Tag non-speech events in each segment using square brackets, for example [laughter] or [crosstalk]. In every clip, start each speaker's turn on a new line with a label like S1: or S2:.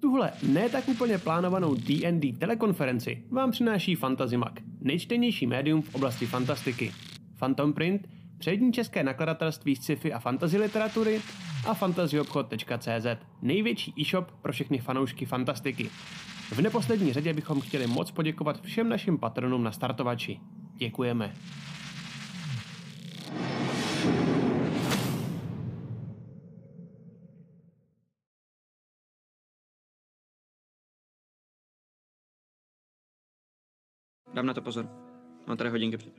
S1: Tuhle ne tak úplně plánovanou D&D telekonferenci vám přináší Fantazimak, nejčtenější médium v oblasti fantastiky. Phantom Print, přední české nakladatelství sci-fi a fantasy literatury a fantazyobchod.cz, největší e-shop pro všechny fanoušky fantastiky. V neposlední řadě bychom chtěli moc poděkovat všem našim patronům na startovači. Děkujeme.
S2: Dám na to pozor. Mám tady hodinky před.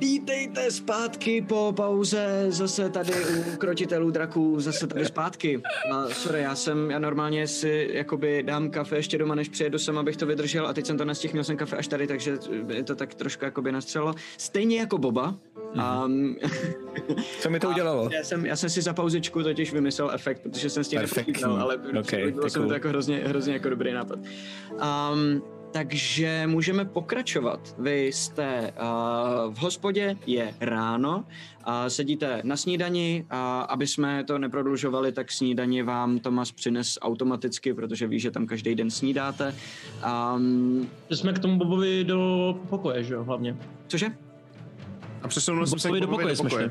S3: Vítejte zpátky po pauze, zase tady u krotitelů draků, zase tady zpátky. A sorry, já jsem, já normálně si jakoby dám kafe ještě doma, než přijedu sem, abych to vydržel a teď jsem to nestihl, měl jsem kafe až tady, takže je to tak trošku jakoby nastřelo. Stejně jako Boba.
S2: Mhm.
S3: A,
S2: [laughs]
S4: Co mi to udělalo?
S3: já, jsem, já jsem si za pauzičku totiž vymyslel efekt, protože jsem s tím
S4: Perfektní.
S3: nepočítal, ale
S4: Okay, to
S3: okay, bylo jsem
S4: cool.
S3: to jako hrozně, hrozně jako dobrý nápad. Um, takže můžeme pokračovat. Vy jste uh, v hospodě, je ráno, a sedíte na snídani a aby jsme to neprodlužovali, tak snídani vám Tomas přines automaticky, protože ví, že tam každý den snídáte. Um,
S5: Že jsme k tomu Bobovi do pokoje, že jo, hlavně.
S3: cože?
S6: A přesunul jsem se k
S5: Bobovi do pokoje jsme šli.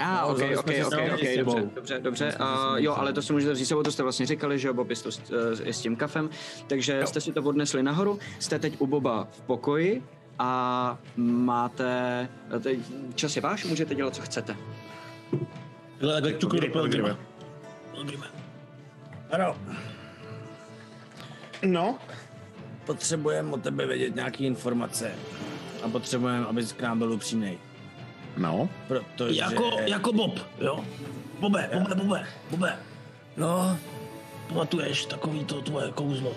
S3: A, ah, ok,
S5: vzali
S3: ok,
S5: jsme si
S3: ok,
S5: snídani
S3: ok,
S5: s sebou.
S3: dobře, dobře, dobře. Uh, jo, ale to si můžete vzít s sebou, to jste vlastně říkali, že jo, Bob je s, to, eh, je s tím kafem, takže jste si to odnesli nahoru, jste teď u Boba v pokoji a máte, eh, teď čas je váš, můžete dělat, co chcete.
S5: Hele, tak tu
S6: Povídej, Pelgrime.
S7: Ano,
S6: No,
S7: potřebujeme od tebe vědět nějaké informace a potřebujeme, abys k nám byl upřímnej.
S6: no.
S7: Protože...
S8: Jako, jako Bob, jo? Bobe, Bobe, Bobe, Bobe,
S7: No,
S8: pamatuješ takový to tvoje kouzlo?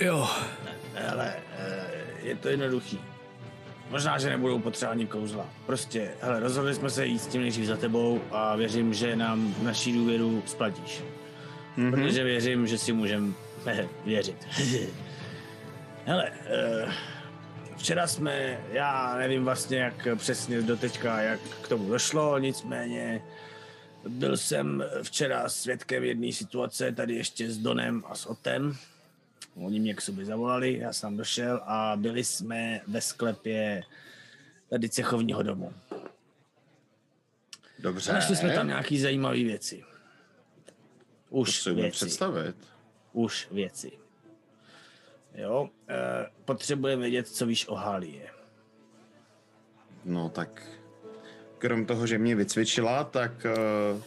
S7: jo. Hele, eh, je to jednoduchý. Možná, že nebudou potřeba ani kouzla. Prostě, hele, rozhodli jsme se jít s tím nejdřív za tebou a věřím, že nám naší důvěru splatíš. Mm-hmm. Protože věřím, že si můžeme [laughs] věřit. [laughs] hele, eh, včera jsme, já nevím vlastně jak přesně doteďka, jak k tomu došlo, nicméně byl jsem včera svědkem jedné situace tady ještě s Donem a s Otem. Oni mě k sobě zavolali, já jsem došel a byli jsme ve sklepě tady cechovního domu.
S6: Dobře.
S7: Našli jsme
S6: Eh?
S7: tam nějaký zajímavé věci. Už
S6: si umím
S7: věci.
S6: představit.
S7: Už věci. Jo, eh, potřebujeme vědět, co víš o Halie.
S6: No tak, krom toho, že mě vycvičila, tak eh,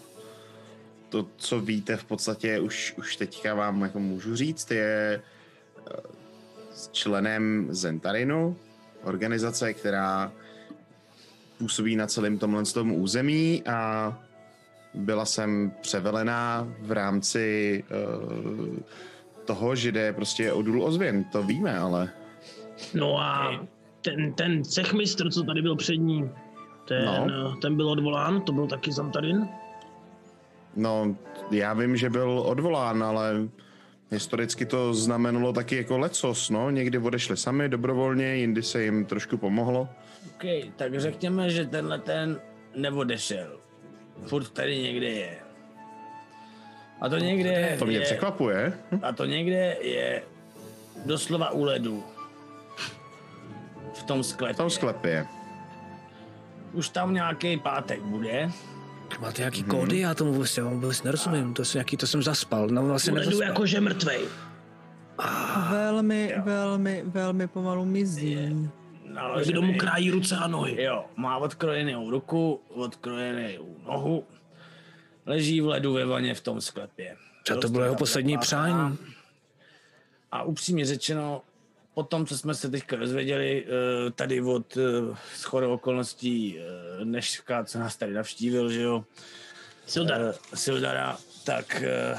S6: to, co víte v podstatě, už, už teďka vám jako můžu říct, je eh, s členem Zentarinu, organizace, která působí na celém tomhle tom území a byla jsem převelená v rámci eh, toho, že jde prostě o důl ozvěn, to víme, ale
S8: No a ten, ten cechmistr, co tady byl před ním, ten,
S6: No.
S8: no. ten byl odvolán, to byl taky Zamtarin.
S6: No, já vím, že byl odvolán, ale historicky to znamenalo taky jako lecos, no. Někdy odešli sami dobrovolně, jindy se jim trošku pomohlo.
S7: OK, tak řekněme, že tenhle ten neodešel. Furt tady někde je. A to někde
S6: To mě
S7: je...
S6: překvapuje. Hm,
S7: A to někde je doslova u ledu. V tom sklepě.
S6: V tom sklepě.
S7: Už tam nějaký pátek bude.
S9: Máte nějaký kódy? Já tomu vůbec, já vám vůbec nerozumím. To, jsem nějaký, to jsem zaspal. No, vlastně
S8: Jdu
S9: nezaspal.
S8: jako že mrtvej.
S10: Velmi, velmi, velmi pomalu mizí.
S7: Naložený.
S8: Kdo mu krájí ruce a nohy.
S7: Jo, má odkrojenou ruku, odkrojenou nohu. Leží v ledu ve vaně v tom sklepě.
S9: Co to
S7: Roste
S9: bylo jeho
S7: tam
S9: poslední
S7: zapálená.
S9: přání?
S7: A upřímně řečeno, po tom, co jsme se teďka dozvěděli eh, tady od shodou okolností eh, Neška, co nás tady navštívil, že jo,
S8: Sildar.
S7: eh, Sildara, tak eh,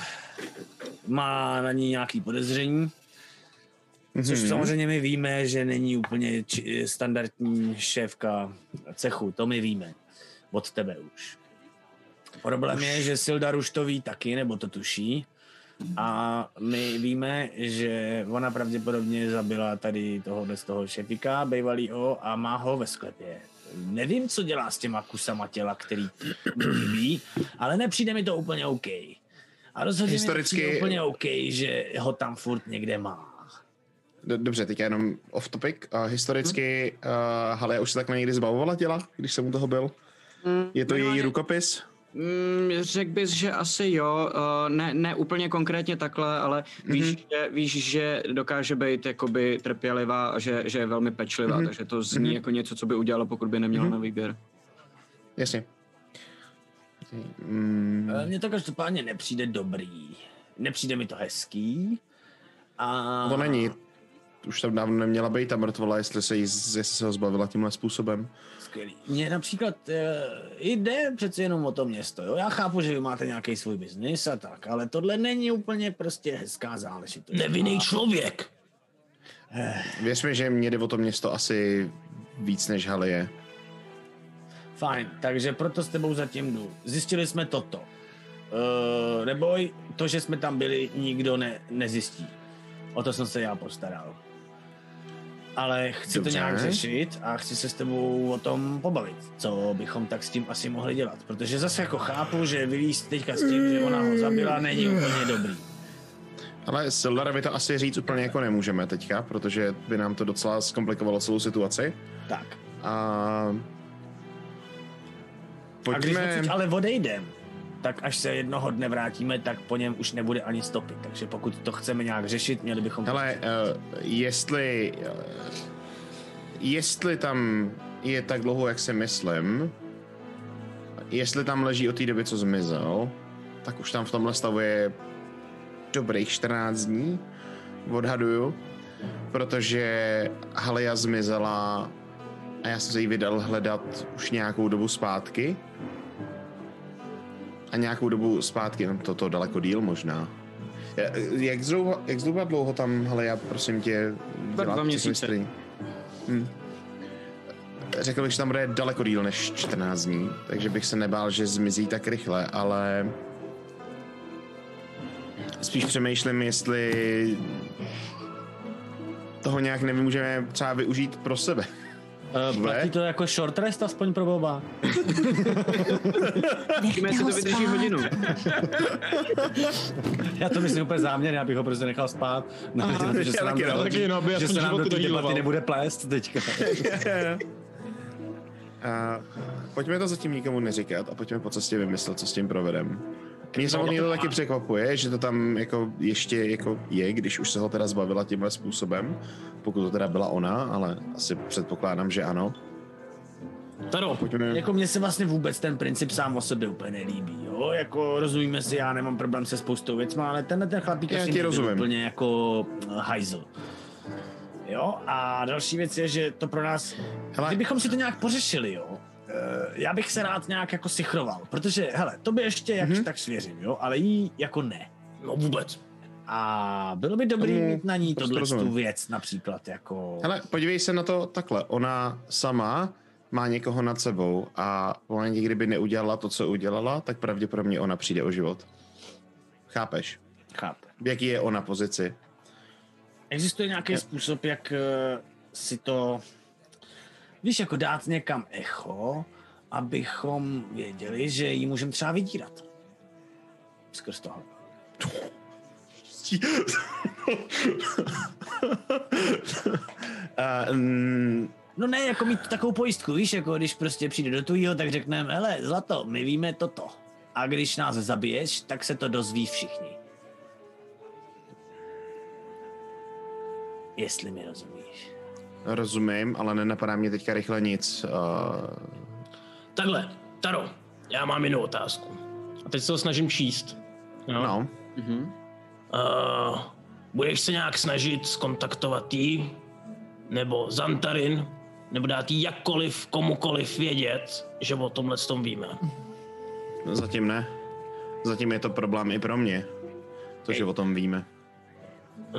S7: má na ní nějaký podezření. Což samozřejmě my víme, že není úplně či, standardní šéfka cechu, to my víme. Od tebe už. Problém je, že Sildar už to ví taky, nebo to tuší. A my víme, že ona pravděpodobně zabila tady tohohle z toho šefika, bývalýho, a má ho ve sklepě. Nevím, co dělá s těma kusama těla, který jí chybí, ale nepřijde mi to úplně OK. A rozhodně
S6: Historicky-
S7: Historicky... úplně OK, že ho tam furt někde má.
S6: Do- Dobře, teď jenom off topic. Uh, historicky uh, Halia už se takhle někdy zbavovala těla, když jsem u toho byl.
S7: Mm.
S6: Je to její rukopis?
S3: Mm, řekl bys, že asi jo, eh, ne, ne úplně konkrétně takhle, ale víš, mm-hmm. že, víš, že dokáže být jakoby trpělivá a že, že je velmi pečlivá,
S6: Mhm.
S3: mm-hmm. takže to zní
S6: Mhm.
S3: mm-hmm. jako něco, co by udělala, pokud by neměla mm-hmm. na výběr.
S6: Jasně. Mm.
S7: Ale Eh, Mně to každopádně nepřijde dobrý. Nepřijde mi to hezký. A...
S6: To není. Už tam dávno neměla být ta mrtvola, jestli se, jí, z- jestli se ho zbavila tímhle způsobem.
S7: Skvělý. Mně například uh, jde přeci jenom o to město. Jo? Já chápu, že vy máte nějaký svůj biznis a tak, ale tohle není úplně prostě hezká záležitost.
S8: Nevinný
S7: A-
S8: člověk.
S6: Věř mi, že mě jde o to město asi víc než Halie.
S7: Fajn, takže proto s tebou zatím jdu. Zjistili jsme toto. Uh, neboj, to, že jsme tam byli, nikdo ne, nezjistí. O to jsem se já postaral. Ale chci Dobře.
S6: Dobře.
S7: to nějak řešit a chci se s tebou o tom pobavit, co bychom tak s tím asi mohli dělat. Protože zase jako chápu, že vylíst teďka s tím, že ona ho zabila, není úplně dobrý.
S6: Ale Sildarovi to asi říct úplně jako nemůžeme teďka, protože by nám to docela zkomplikovalo celou situaci.
S7: Tak.
S6: A...
S7: A když
S6: Pojďme...
S7: odsuť ale odejdem, tak až se jednoho dne vrátíme, tak po něm už nebude ani stopy. Takže pokud to chceme nějak řešit, měli bychom...
S6: Hele, uh, jestli... Uh, jestli tam je tak dlouho, jak si myslím, jestli tam leží od té doby, co zmizel, tak už tam v tomhle stavu je dobrých 14 dní, odhaduju, protože Halia zmizela a já jsem se jí vydal hledat už nějakou dobu zpátky. A nějakou dobu zpátky, no to, to daleko díl možná. Ja- Jak zhruba, jak zhruba dlouho tam, hele, já prosím tě,
S3: Dva- dva
S6: dělá
S3: měsíce.
S6: cestmistryň? Hm. Řekl bych, že tam bude daleko díl než 14 dní, takže bych se nebál, že zmizí tak rychle, ale spíš přemýšlím, jestli toho nějak nemůžeme třeba využít pro sebe. [laughs]
S7: Uh, platí to jako short rest aspoň pro Boba?
S3: Uvidíme, jestli to vydrží hodinu.
S7: Já to myslím úplně záměrně, abych ho prostě nechal spát. No,
S3: Aha,
S7: Aha, že
S3: já
S7: se nám,
S3: taky, no,
S7: do,
S3: taky, no, aby
S7: že
S3: aspoň
S7: se nám do
S3: životu
S7: té debaty
S3: doděloval.
S7: nebude plést teďka.
S6: A pojďme to zatím nikomu neříkat a pojďme po cestě vymyslet, co s tím provedem.
S7: No,
S6: Mě samotný to taky překvapuje, že to tam jako ještě jako je, když už se ho teda zbavila tímhle způsobem, pokud to teda byla ona, ale asi předpokládám, že ano.
S7: Taro,
S6: pojďme.
S7: Jako mně se vlastně vůbec ten princip sám o sobě úplně nelíbí, jo? Jako rozumíme si, já nemám problém se spoustou věcma, ale tenhle ten chlapík
S6: Já
S7: asi
S6: ti
S7: nebyl
S6: rozumím.
S7: úplně jako eh, hajzl. Jo, a další věc je, že to pro nás, hele. kdybychom si to nějak pořešili, jo, eh, já bych se rád nějak jako sichroval, protože, hele, to by ještě jak
S6: Mhm.
S7: mm-hmm. tak svěřím, jo, ale jí jako ne. No vůbec. A bylo by dobrý
S6: Tomu
S7: mít na ní
S6: prostě
S7: tohle tu
S6: rozumím.
S7: věc například, jako...
S6: Hele, podívej se na to takhle. Ona sama má někoho nad sebou a v momentě, kdyby neudělala to, co udělala, tak pravděpodobně ona přijde o život. Chápeš?
S7: Chápu.
S6: V jaký je ona pozici?
S7: Existuje nějaký způsob, jak eh, si to, víš, jako dát někam echo, abychom věděli, že ji můžeme třeba vydírat. Skrz toho.
S6: Uh, mm,
S7: No ne, jako mít takovou pojistku, víš, jako když prostě přijde do tujího, tak řekneme, hele, zlato, my víme toto. A když nás zabiješ, tak se to dozví všichni. Jestli mi rozumíš.
S6: Rozumím, ale nenapadá mě teďka rychle nic. Uh,
S8: Takhle, Taro, já mám jinou otázku. A teď se to snažím číst. No.
S6: no.
S8: Uh, budeš se nějak snažit skontaktovat jí, nebo Zantarin, nebo dát jí jakkoliv, komukoliv vědět, že o tomhle tom víme.
S6: no, Zatím ne. Zatím je to problém i pro mě. To, že o tom víme.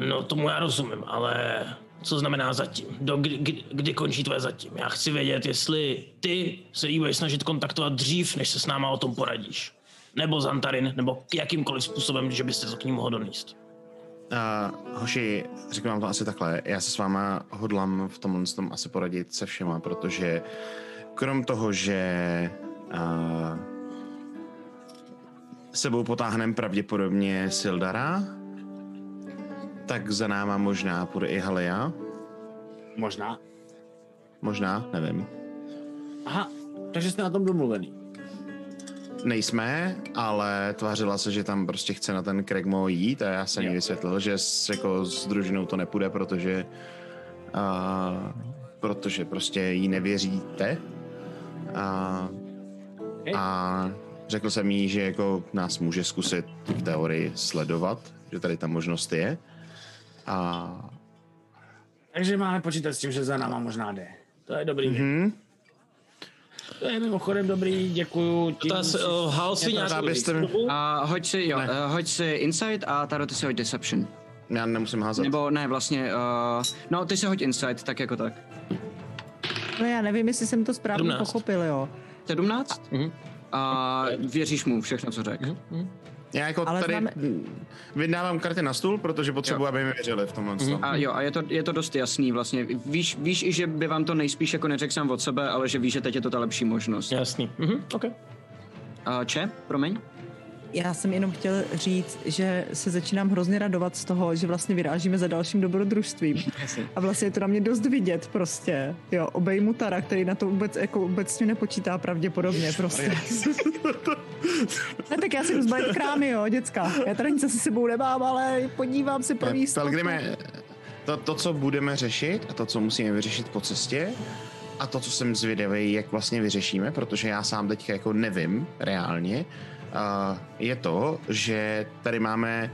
S8: No tomu já rozumím, ale co znamená zatím? Do kdy, kdy, kdy končí tvoje zatím? Já chci vědět, jestli ty se jí budeš snažit kontaktovat dřív, než se s náma o tom poradíš. Nebo Zantarin, nebo jakýmkoliv způsobem, že byste to k ní mohl donést.
S6: Uh, hoši, řeknu vám to asi takhle. Já se s váma hodlám v tomhle tom asi poradit se všema, protože krom toho, že uh, sebou potáhneme pravděpodobně Sildara, tak za náma možná půjde i Halia.
S7: Možná.
S6: Možná, nevím.
S7: Aha, takže jste na tom domluvený.
S6: Nejsme, ale tvářila se, že tam prostě chce na ten Kregmo jít a já jsem jí vysvětlil, že s, jako s družinou to nepůjde, protože a, protože prostě jí nevěříte. A, a řekl jsem jí, že jako nás může zkusit v teorii sledovat, že tady ta možnost je. A,
S7: Takže máme počítat s tím, že za náma možná jde. To je dobrý.
S6: mm-hmm.
S7: To je mimochodem dobrý, děkuju. Tím
S8: Dotaz, o, Hal si nějakou výzdobu?
S2: A hoď si, jo, eh, hoď si Insight a Taro, ty si hoď Deception.
S6: Já nemusím házet.
S2: Nebo ne, vlastně, uh, no ty si hoď Insight, tak jako tak.
S10: No já nevím, jestli jsem to správně
S2: 17.
S10: pochopil, jo.
S2: 17? A věříš mu všechno, co řekl.
S6: Já jako
S2: Ale
S6: Ale tady
S2: známe-
S6: vydávám karty na stůl, protože potřebuji, aby mi věřili v tomhle. tom.
S2: A jo, a je to, je to dost jasný vlastně. Víš, víš i, že by vám to nejspíš jako neřekl sám od sebe, ale že víš, že teď je to ta lepší možnost.
S8: Jasný. Mhm, okay.
S2: A če, promiň?
S10: Já jsem jenom chtěl říct, že se začínám hrozně radovat z toho, že vlastně vyrážíme za dalším dobrodružstvím.
S2: Jasně.
S10: A vlastně je to na mě dost vidět prostě. Jo, obejmu Tara, který na to vůbec, jako vůbec s tím nepočítá pravděpodobně prostě. [laughs] ne, tak já si jdu zbalit krámy, jo, děcka. Já tady nic se sebou nemám, ale podívám se pro
S6: Ne,
S10: jistotu.
S6: ale kde mě- to, to, co budeme řešit a to, co musíme vyřešit po cestě a to, co jsem zvědavý, jak vlastně vyřešíme, protože já sám teď jako nevím reálně, uh, je to, že tady máme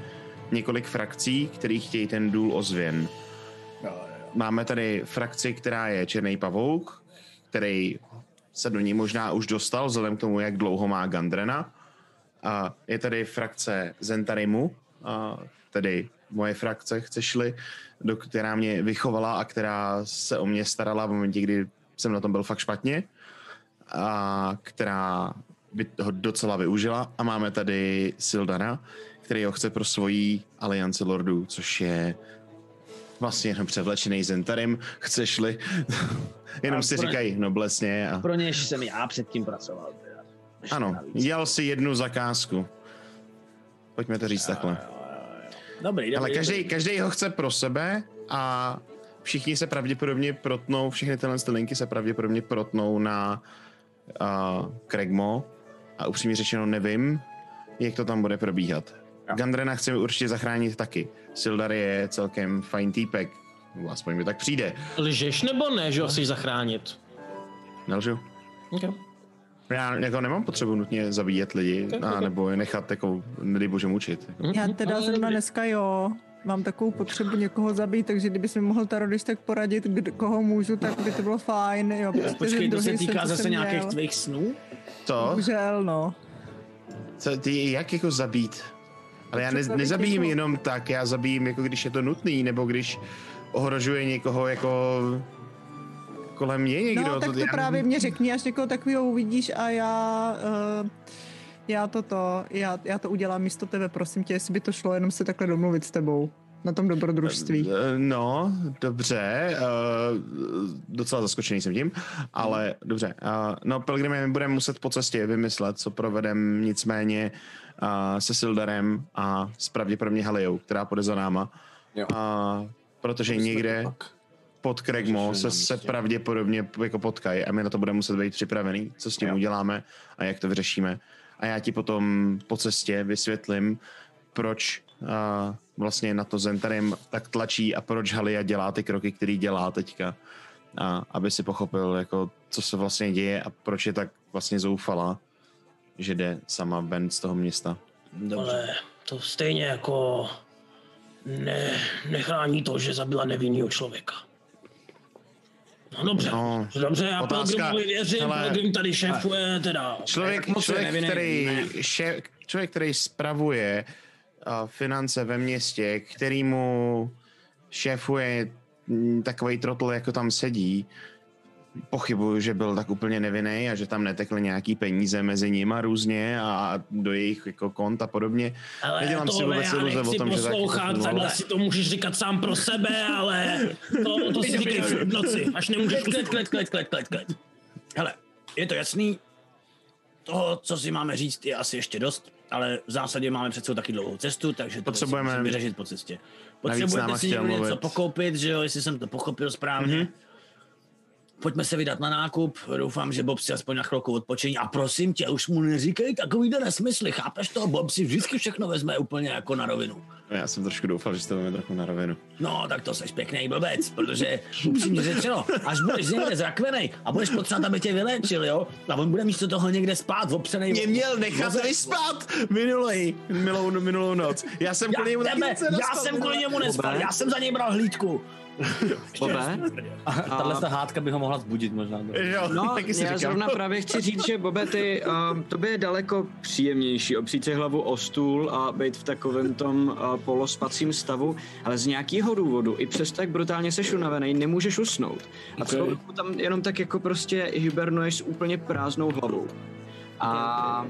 S6: několik frakcí, které chtějí ten důl ozvěn. Máme tady frakci, která je Černý pavouk, který se do ní možná už dostal, vzhledem k tomu, jak dlouho má Gandrena. A je tady frakce Zentarimu, a tedy moje frakce, chceš-li, do, která mě vychovala a která se o mě starala v momentě, kdy jsem na tom byl fakt špatně a která by ho docela využila. A máme tady Sildana, který ho chce pro svoji alianci lordů, což je vlastně jenom převlečený Zentarim, chceš-li. [laughs] jenom
S7: A
S6: si
S7: pro-
S6: říkají noblesně. A...
S7: Pro něž jsem já předtím pracoval. teda.
S6: Ano, dělal si jednu zakázku. Pojďme to říct takhle.
S7: Eh, Dobrý, dobrý.
S6: Ale každý,
S7: dobrý.
S6: každý ho chce pro sebe a všichni se pravděpodobně protnou, všechny tyhle ty linky se pravděpodobně protnou na uh, Kregmo a upřímně řečeno nevím, jak to tam bude probíhat. Gandrena chce určitě zachránit taky. Sildar je celkem fajn týpek, nebo aspoň mi tak přijde.
S8: Lžeš nebo ne, že ho chceš zachránit?
S6: Nelžu.
S8: Okay.
S6: Já jako nemám potřebu nutně zabíjet lidi,
S10: Ok,
S6: a
S10: ok.
S6: nebo je nechat jako, nedej bože, mučit.
S10: Já teda zrovna dneska jo, mám takovou potřebu někoho zabít, takže kdyby mi mohl Taro když tak poradit, kdo, koho můžu, tak by to bylo fajn. Jo, prostě
S7: Počkej,
S10: ten
S7: to se
S10: druhý sen,
S7: týká
S10: co
S7: zase
S10: jsem
S7: nějakých
S10: měl.
S7: tvých snů?
S6: To?
S10: Bohužel, no.
S6: Co, ty, jak jako zabít? Ale já ne,
S10: Potřebujeme
S6: nezabijím
S10: někoho.
S6: jenom tak, já zabijím jako když je to nutný, nebo když ohrožuje někoho jako kolem mě někdo.
S10: no, tak to
S6: já,
S10: právě mě řekni, až někoho takového uvidíš a já... Uh, já toto, já, já to udělám místo tebe, prosím tě, jestli by to šlo jenom se takhle domluvit s tebou na tom dobrodružství.
S6: Eh, No, dobře, uh, docela zaskočený jsem tím, ale dobře. Uh, no, Pelgrime, my budeme muset po cestě vymyslet, co provedem nicméně uh, se Sildarem a s pravděpodobně Halejou, která půjde za náma. Uh, protože někde pod Kregmo se, se pravděpodobně jako potkají a my na to budeme muset být připravený, co s tím uděláme a jak to vyřešíme. A já ti potom po cestě vysvětlím, proč uh, vlastně na to Zentarim tak tlačí a proč Halia dělá ty kroky, který dělá teďka. A aby si pochopil, jako, co se vlastně děje a proč je tak vlastně zoufalá, že jde sama ven z toho města.
S8: Ale to stejně jako ne, nechrání to, že zabila nevinného člověka. No dobře,
S6: No,
S8: dobře, já
S6: otázka-
S8: Pilgrimovi věřím,
S6: hele,
S8: Pilgrim tady šéfuje, teda...
S6: Člověk,
S8: Tak moc je
S6: člověk,
S8: nevinný,
S6: který,
S8: ne.
S6: šéf, člověk, který spravuje uh, finance ve městě, kterýmu šéfuje mm, takový trotl, jako tam sedí, pochybuju, že byl tak úplně nevinný a že tam netekly nějaký peníze mezi nima různě a do jejich jako kont a podobně.
S8: Ale tohle já nechci poslouchat, takhle si to můžeš říkat sám pro sebe, ale to, to si říkej v noci, až nemůžeš
S7: Klid, klid, klid, klid, klid, klid. Hele, je to jasný. Toho, co si máme říct, je asi ještě dost. ale v zásadě máme před sebou taky dlouhou cestu, takže to
S6: Potřebujeme-
S7: si musím vyřešit po cestě.
S6: Navíc s náma
S7: Potřebujete si
S6: chtěl
S7: někdo něco
S6: mluvit. Mhm.
S7: pokoupit, že jo, jestli jsem to pochopil správně. Mm-hmm. Pojďme se vydat na nákup, doufám, že Bob si aspoň na chvilku odpočiní a prosím tě, už mu neříkej takovýhle nesmysly, chápeš to? Bob si vždycky všechno vezme úplně jako na rovinu.
S6: Já jsem trošku doufal, že jste mi trochu na rovinu.
S7: No, tak to seš pěkný blbec, protože upřímně řečeno, až budeš někde zrakvený a budeš potřebovat, aby tě vyléčil, jo? A on bude místo toho někde spát, opřený.
S6: Mě měl nechat vyspat minulý, minulou, minulou noc. Já jsem
S7: Já,
S6: kvůli němu taky
S7: tebe,
S6: nic nedostal,
S7: já jsem kvůli němu nespal,
S6: Dobré.
S7: já jsem za něj bral hlídku.
S3: Bobe?
S11: A tahle ta hádka by ho mohla zbudit možná.
S6: [laughs]
S3: no, já zrovna právě chci říct, že Bobe, ty, um, tobě je daleko příjemnější opřít si hlavu o stůl a být v takovém tom uh, polospacím stavu, ale z nějakého důvodu, i přesto jak brutálně seš unavený, nemůžeš usnout. A celou
S2: Ok.
S3: dobu tam jenom tak jako prostě hibernuješ s úplně prázdnou hlavou. A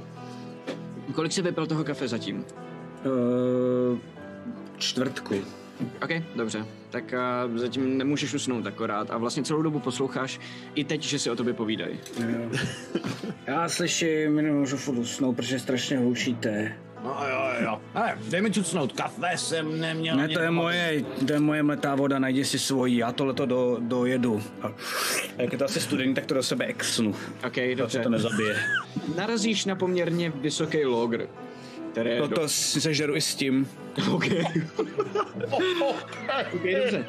S3: kolik jsi vypil toho kafe zatím?
S2: Uh, čtvrtku.
S3: OK, dobře. Tak uh, zatím nemůžeš usnout akorát a vlastně celou dobu posloucháš i teď, že si o tobě povídají.
S11: Já slyším, nemůžu furt usnout, protože strašně hlučíte.
S7: No jo, jo. Ale dej mi cucnout, kafe jsem neměl.
S11: Ne, to je moje, to je moje mletá voda, najdi si svoji, já tohleto do, dojedu. A, a jak je to asi studený, tak to do sebe exnu.
S3: OK,
S11: dobře. to nezabije.
S3: Narazíš na poměrně vysoký logr, který je
S11: No
S3: do-
S11: to si sežeru i s tím.
S3: OK. okay, dobře.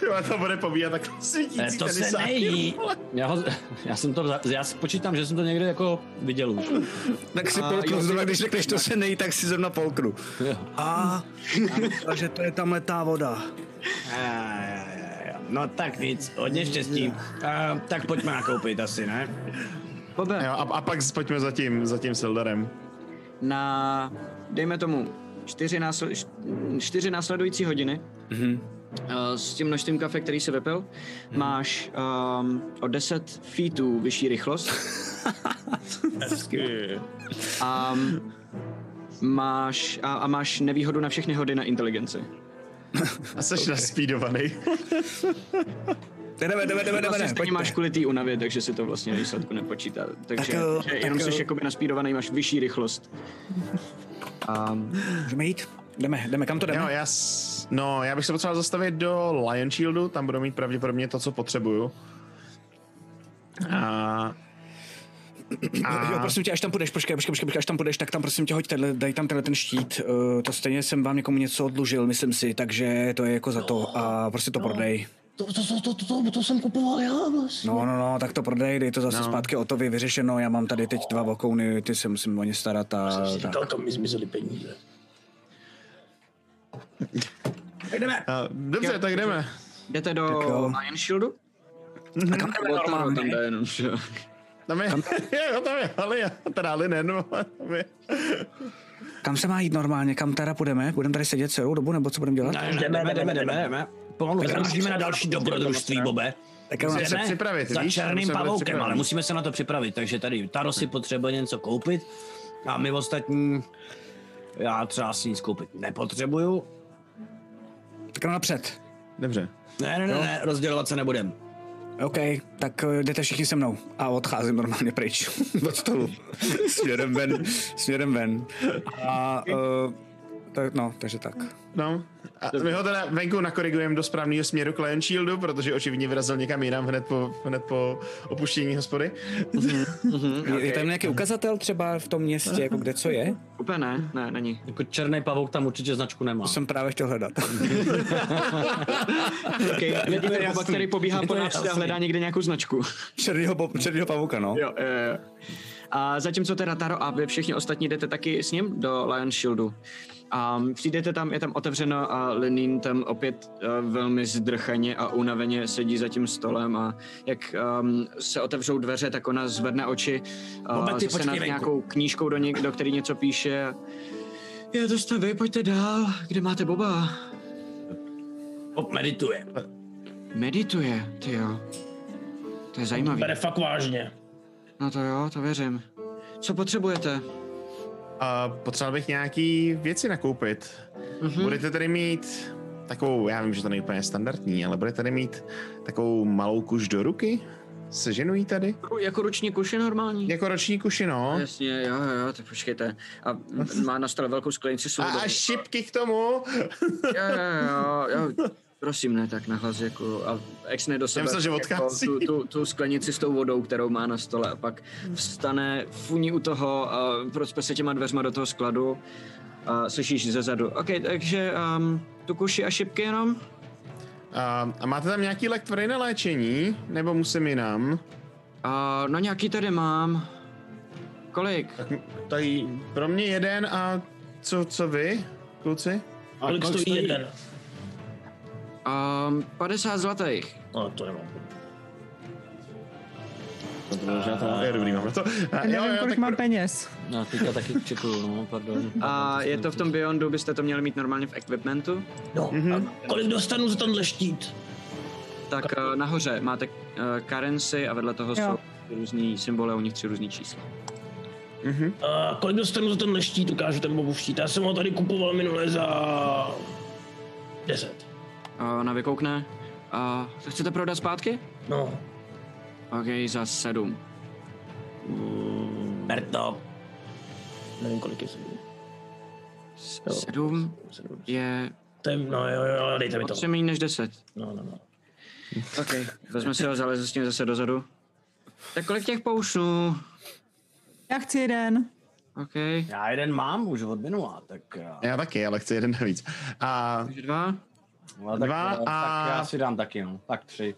S6: Tyhle to bude povídat tak
S11: Ne,
S6: svítící
S11: to se
S6: tenisák.
S11: nejí. Já, ho, já jsem to, za- já si počítám, že jsem to někde jako viděl už.
S4: Tak si polknu, zrovna když řekneš, to se nejí, tak si zrovna polknu.
S11: A, takže to je tam letá voda.
S7: No tak nic, hodně štěstí. Uh, tak pojďme nakoupit asi, ne?
S3: Bobe.
S6: Jo, a, a pak s- pojďme za tím, za tím Sildarem.
S3: Na, dejme tomu, čtyři, násle, št- čtyři následující hodiny
S6: Mhm.
S3: eh, s tím množstvím kafe, který se vypil, máš um, o 10 feetů vyšší
S6: [laughs]
S3: rychlost. a Ehm, máš, a, a máš nevýhodu na všechny hody na inteligenci.
S6: A seš okay. naspídovaný.
S11: jdeme, jdeme, jdeme,
S3: Vlastně
S11: jdeme,
S3: stejně máš kvůli té únavě, takže se to vlastně na výsledku nepočítá. Takže
S11: Tak jo,
S3: že jenom
S11: tak jo.
S3: jsi jakoby naspídovaný, máš vyšší rychlost. Um,
S11: Můžeme jít? Jdeme, jdeme, kam to jdeme?
S6: Jo, já, s- no, já bych se potřeboval zastavit do Lion Shieldu, tam budu mít pravděpodobně to, co potřebuju. A...
S11: A... Jo, prosím tě, až tam půjdeš, počkej, počkej, počkej, počkej, až tam půjdeš, tak tam prosím tě hoď tenhle, dej tam tenhle ten štít, uh, to stejně jsem vám někomu něco odlužil, myslím si, takže to je jako za to a prostě
S7: No.
S11: to prodej.
S7: To, to, to, to, to, to, to jsem kupoval já vlastně.
S11: No, no, no, tak to prodej, dej to zase
S7: No.
S11: no. zpátky Otovi, vyřešeno, já mám tady teď dva vokouny, ty se musím o ně starat
S7: No,
S11: a tak.
S8: Říkal, kam mi zmizely peníze.
S7: Tak jdeme.
S6: dobře,
S3: Jo,
S6: tak jdeme.
S3: Jdete do tak
S6: jo.
S3: Lion Shieldu?
S6: A kam
S3: jdeme normálně? Tam jde jenom, že jo.
S6: Tam je, [laughs] jo, tam je Alia, teda Alinen, no, tam je.
S11: Kam se má jít normálně, kam teda půjdeme? Budeme tady sedět celou dobu, nebo co budeme dělat?
S7: Pomalu,
S11: Jdeme.
S7: Narážíme na další dobrodružství, Bobe.
S11: Tak jo,
S7: Jdeme
S11: musíme se připravit,
S7: za
S11: víš,
S7: černým
S11: musíme být
S7: pavoukem,
S11: připraveni.
S7: ale musíme se na to připravit, takže tady Taro si potřebuje něco koupit a my ostatní, já třeba si nic koupit nepotřebuju.
S11: Tak jdeme napřed.
S6: Dobře.
S7: Ne, ne, ne,
S11: Jo.
S7: ne rozdělovat se nebudem.
S11: OK, tak eh, jdete všichni se mnou a odcházím normálně pryč [laughs] od stolu. směrem ven, směrem ven. A uh, tak, no, takže tak.
S3: Mm,
S6: No, a my ho teda venku nakorigujeme do správného směru k Lion Shieldu, protože očividně vyrazil někam jinam hned po, hned po opuštění hospody.
S11: Je, je tam nějaký ukazatel třeba v tom městě, jako kde co je?
S3: Úplně ne, ne, [laughs] není.
S11: Jako černý pavouk tam určitě značku nemá. To jsem právě chtěl hledat.
S3: Okay. Vidíte Boba, který pobíhá po nás a hledá někde nějakou značku.
S11: [laughs] Černýho, bo- černýho pavouka, no.
S3: Jo, jo, jo. A zatímco teda Taro a vy všichni ostatní jdete taky s ním do Lion Shieldu. A přijdete tam, je tam otevřeno a Lenin tam opět uh, velmi zdrchaně a unaveně sedí za tím stolem a jak um, se otevřou dveře, tak ona zvedne oči
S7: Bobe,
S3: uh,
S7: ty
S3: zase
S7: počkej
S3: nad
S7: venku.
S3: nějakou knížkou, do, něk- do který něco píše. Je to jste vy, pojďte dál, kde máte Boba?
S7: Bob medituje.
S3: Medituje, ty jo. To je zajímavý.
S8: Bere fakt vážně.
S3: No to jo, to věřím. Co potřebujete?
S6: A potřeboval bych nějaký věci nakoupit.
S3: Mhm.
S6: Mm-hmm. Budete tady mít takovou, já vím, že to není úplně standardní, ale budete tady mít takovou malou kuš do ruky? Seženu jí tady?
S3: Jako roční kuši normální?
S6: Jako roční kuši, no.
S3: Jasně, jo, jo, tak počkejte. A má na stole velkou sklenici
S6: A,
S3: soudobí.
S6: a šipky k tomu.
S3: Jo, jo, jo, jo, prosím, ne tak nahlas, jako, a exne do sebe
S6: myslel, že
S3: jako,
S6: odchází.
S3: tu, tu, tu, sklenici s tou vodou, kterou má na stole a pak vstane, funí u toho a procpe se těma dveřma do toho skladu a slyšíš ze zadu. OK, takže um, tu kuši a šipky jenom?
S6: A, a máte tam nějaký lék tvrdý na léčení? Nebo musím jinam?
S3: A, no nějaký tady mám. Kolik?
S6: Tak, tady pro mě jeden a co, co vy, kluci?
S7: A Kolik kolik stojí stojí? jeden?
S3: Um, 50 zlatých.
S7: No, to nemám.
S6: To bylo možná to je dobrý, máme to.
S10: Já nevím, kolik mám peněz.
S3: No, teďka taky čekuju, no,
S7: [laughs]
S3: pardon. A je to v tom Beyondu, byste to měli mít normálně v equipmentu?
S8: No, mm-hmm. a kolik dostanu za tenhle štít?
S3: Tak eh, nahoře máte uh, currency a vedle toho
S8: Jo.
S3: jsou různý symboly, u nich tři různý čísla.
S6: Mm-hmm.
S8: A kolik dostanu za tenhle štít, ukážu ten bobu štít. Já jsem ho tady kupoval minule za... 10.
S3: Uh, ona vykoukne. A uh, chcete prodat zpátky?
S8: No.
S3: OK, za sedm.
S8: Mm, Berto. Nevím, kolik je sedm.
S3: Sedm je...
S8: To je, no jo, jo, jo, dejte mi
S3: o
S8: to.
S3: Tři méně než deset.
S8: No, no, no.
S3: OK. Vezme si ho, zaleze s tím zase dozadu. Tak kolik těch poušnů?
S10: Já chci jeden.
S3: OK.
S7: Já jeden mám už od minula, tak... eh,
S6: Já taky, ale chci jeden navíc. A...
S3: Dva?
S7: No, tak,
S6: Dva
S7: no,
S6: a-
S7: Tak já si dám taky, no. Tak tři.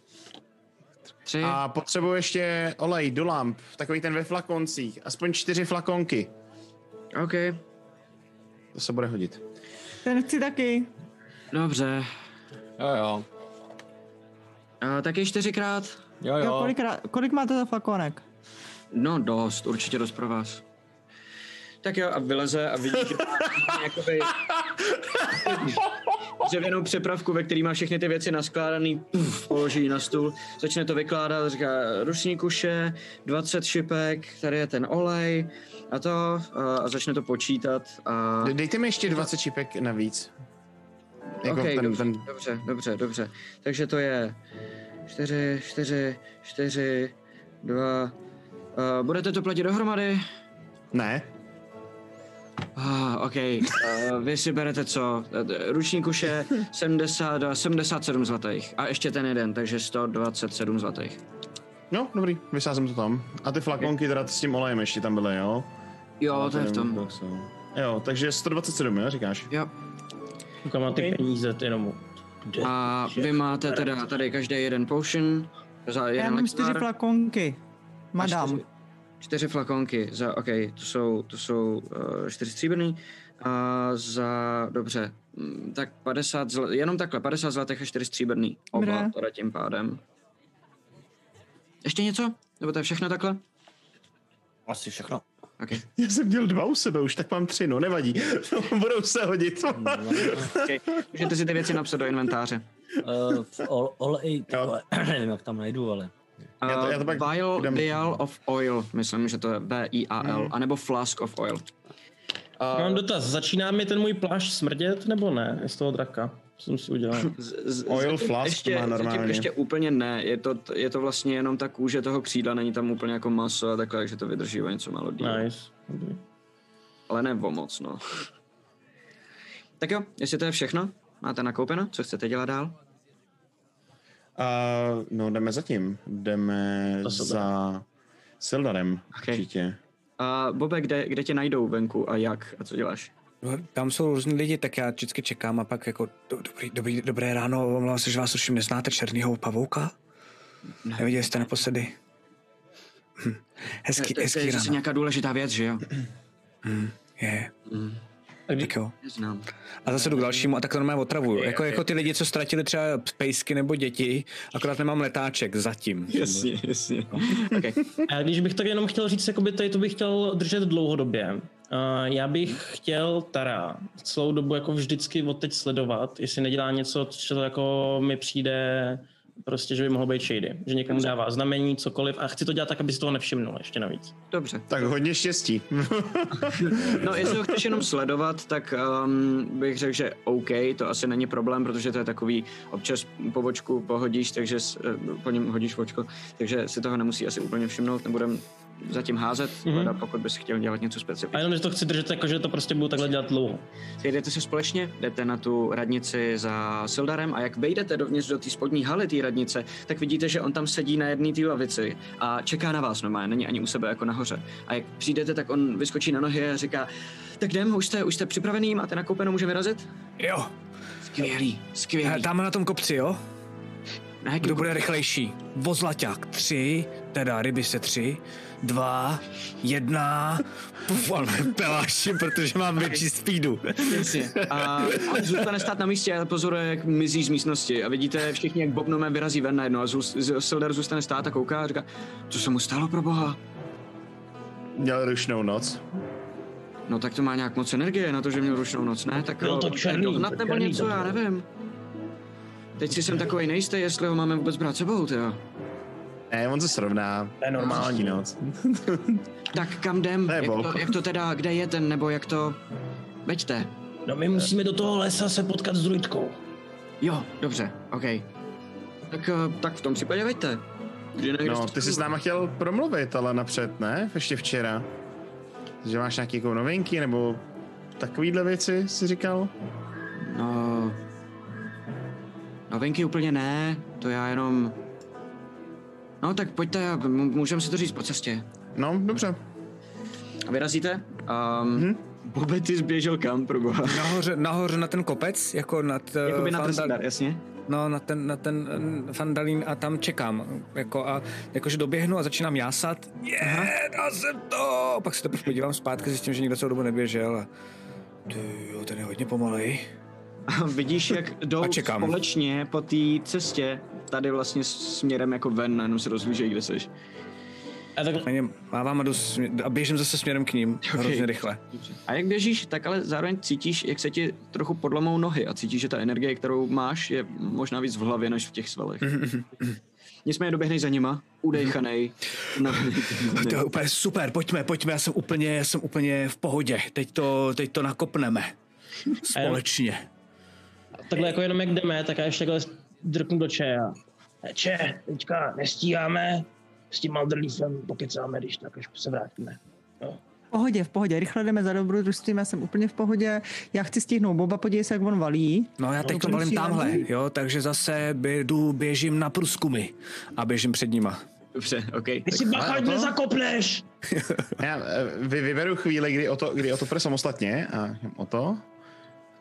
S3: Tři.
S6: A potřebuji ještě olej do lamp, takový ten ve flakoncích, aspoň čtyři flakonky.
S3: OK.
S6: To se bude hodit.
S10: Ten chci taky.
S3: Dobře.
S7: Jo, jo.
S3: Uh, taky čtyřikrát?
S10: Jo, kolikrát, kolik máte za flakonek?
S3: No dost, určitě dost pro vás. Tak jo, a vyleze a vidí, že jakoby dřevěnou přepravku, ve který má všechny ty věci naskládaný, puf, položí na stůl, začne to vykládat, říká ruční kuše, 20 šipek, tady je ten olej a to a- a začne to počítat. A...
S6: De- Dejte mi ještě 20 čipek navíc. Jako
S3: okay,
S6: ten-
S3: dobře,
S6: ten-
S3: dobře, dobře, dobře. Takže to je 4, 4, 4, 2. Uh, budete to platit dohromady?
S6: Ne.
S3: Ah, OK, uh, vy si berete co? Eh, Ruční kuše 70, 77 zlatých a ještě ten jeden, takže 127 zlatých.
S6: No, dobrý, vysázím to tam. A ty flakonky teda s tím olejem ještě tam byly, jo?
S3: Jo, No, to je v tom.
S6: Tak jsou. Jo, takže 127, jo, říkáš?
S3: Jo.
S5: Kuka má ty peníze, ty jenom.
S3: A vy máte teda tady každý jeden potion za jeden
S10: Já mám čtyři
S3: lektvar.
S10: flakonky. Madam.
S3: Čtyři flakonky za, OK, to jsou, to jsou uh, čtyři stříbrný. A za, dobře, mm, tak 50, zl, jenom takhle, 50 zlatých a čtyři stříbrný. Oba
S10: Dobré.
S3: teda tím pádem. Ještě něco? Nebo to je všechno takhle?
S7: Asi všechno.
S3: Okay.
S6: Já jsem měl dva u sebe už, tak mám tři, no nevadí. [laughs] Budou
S3: [laughs]
S6: se hodit.
S3: okay. Můžete si ty věci napsat do inventáře.
S12: Uh, olej, tyhle, [clears throat] nevím, jak tam najdu, ale...
S3: Já to, já to pak Eh, vial, vial of oil, myslím, že to je V-I-A-L,
S5: Mhm.
S3: anebo flask of oil.
S5: Mám dotaz, začíná mi ten můj plášť smrdět, nebo ne? Z toho draka. Co jsem si udělal?
S3: zatím ještě, Zatím ještě úplně ne, je to, je to vlastně jenom ta kůže toho křídla, není tam úplně jako maso a takhle, takže to vydrží o něco málo díl.
S5: Nice.
S3: Ale ne o moc, no. tak jo, jestli to je všechno, máte nakoupeno, co chcete dělat dál?
S6: Uh, no, jdeme zatím. Jdeme
S3: Za sobě.
S6: za Sildarem,
S3: okay.
S6: určitě.
S3: A Bobe, kde, kde tě najdou venku a jak a co děláš?
S11: No, Tam jsou různí lidi, tak já vždycky čekám a pak jako do, dobrý, dobrý, dobré ráno, omlouvám se, že vás tuším neznáte černýho pavouka? Neviděli jste naposledy? Hm, Hezký,
S3: to, to,
S11: hezký
S3: je zase
S11: ráno.
S3: nějaká důležitá věc, že jo?
S11: Hm, Je.
S3: Mm.
S11: Tak jo.
S3: Neznám.
S11: A zase jdu k dalšímu a tak to normálně otravuju. Jako, jako ty lidi, co ztratili třeba pejsky nebo děti, akorát nemám letáček zatím.
S3: Jasně, jasně. Okay.
S5: A když bych tak jenom chtěl říct, jakoby tady to bych chtěl držet dlouhodobě. Uh, já bych chtěl Tara celou dobu jako vždycky od teď sledovat, jestli nedělá něco, co jako mi přijde
S13: prostě, že by mohl být shady. Že někomu
S3: Dobře.
S13: dává znamení, cokoliv a chci to dělat tak, aby si toho nevšimnul ještě navíc.
S3: Dobře.
S6: Tak hodně štěstí.
S3: No, jestli ho chceš jenom sledovat, tak um, bych řekl, že OK, to asi není problém, protože to je takový, občas po očku pohodíš, takže s- eh, po něm hodíš očko, takže si toho nemusí asi úplně všimnout, nebudem zatím házet, mm-hmm. pokud bys chtěl dělat něco specifického.
S13: A jenom, že to chci držet, jako, že to prostě budu takhle dělat dlouho.
S3: Sejdete se společně, jdete na tu radnici za Sildarem a jak vejdete dovnitř do té spodní haly té radnice, tak vidíte, že on tam sedí na jedné té lavici a čeká na vás normálně, není ani u sebe jako nahoře. A jak přijdete, tak on vyskočí na nohy a říká, tak jdem, už jste, už jste připravený, máte nakoupeno, můžeme razit?
S11: Jo.
S3: Skvělý, skvělý.
S11: Dáme na tom kopci, jo?
S3: Na
S11: Kdo bude rychlejší? Vozlaťák tři, teda ryby se tři, dva, jedna, puf, ale peláši, protože mám větší speedu.
S3: Jasně. A on zůstane stát na místě a pozoruje, jak mizí z místnosti. A vidíte všichni, jak Bobnome vyrazí ven najednou a zůs- z- Sildar zůstane stát a kouká a říká, co se mu stalo pro boha?
S6: Měl rušnou noc.
S3: No tak to má nějak moc energie na to, že měl rušnou noc, ne? Tak
S13: Byl
S3: jo,
S13: to
S3: je
S13: černý,
S3: dohnat nebo
S13: černý
S3: něco,
S13: to
S3: já
S13: byl.
S3: nevím. Teď si jsem takový nejistý, jestli ho máme vůbec brát sebou, jo.
S6: Ne, on se srovná.
S13: To je normální.
S6: noc.
S3: Tak kam jdem? Jak
S6: Nebo.
S3: to, jak to teda, kde je ten, nebo jak to... Veďte.
S13: No my musíme do toho lesa se potkat s druidkou.
S3: Jo, dobře, OK. Tak, eh, tak v tom případě veďte. Kdy nejde
S8: prostě
S6: No, ty jsi s náma chtěl promluvit, ale napřed, ne? Ještě včera. Že máš nějaké jako novinky, nebo takovýhle věci, jsi říkal?
S3: No, Novinky úplně ne, to já jenom... No tak pojďte, m- můžeme si to říct po cestě.
S6: No, dobře.
S3: A vyrazíte? Um,
S11: Mhm.
S3: hmm? Bobe, ty zběžel kam, pro boha?
S11: Nahoře, nahoře na ten kopec, jako nad... eh,
S3: Jakoby na ten
S11: Fandal-
S3: standard, jasně.
S11: No, na ten, na ten eh, Fandalín a tam čekám. Jako a jakože doběhnu a začínám jásat. Je, dal jsem to! Pak se teprve podívám zpátky, zjistím, že nikdo celou dobu neběžel. A... Ty jo, ten je hodně pomalej.
S3: A vidíš, jak jdou
S11: [laughs] A čekám.
S3: společně po té cestě, tady vlastně s- směrem jako ven, najednou se rozhlížejí, kde seš.
S13: A tak...
S11: Na něm mávám a, jdu smě- a běžím zase směrem k ním. Okay. Hrozně rychle.
S3: A jak běžíš, tak ale zároveň cítíš, jak se ti trochu podlomou nohy a cítíš, že ta energie, kterou máš, je možná víc v hlavě než v těch svalech.
S11: Mhm,
S3: Nicméně doběhnej za nima, udejchanej. No,
S11: Mhm. [laughs] To je úplně super, pojďme, pojďme, já jsem úplně, já jsem úplně v pohodě. Teď to, teď to [laughs] nakopneme. Společně.
S13: Takhle jako jenom jak jdeme, tak já ještě takhle drknu do Čeja. Če, teďka nestíháme, s tím Alderleafem pokecáme, když tak, až se vrátíme.
S10: V pohodě, v pohodě, rychle jdeme za dobrodružstvím, já jsem úplně v pohodě. Já chci stihnout Boba, podívej se, jak on valí.
S11: No já teď to valím tamhle, jo, takže zase bědu, běžím na průzkumy a běžím před nima.
S3: Dobře, OK.
S13: Ty si bacha, ať nezakopneš!
S6: Já eh, vy, vyberu chvíli, kdy o to, kdy o to půjde samostatně a jdem o to.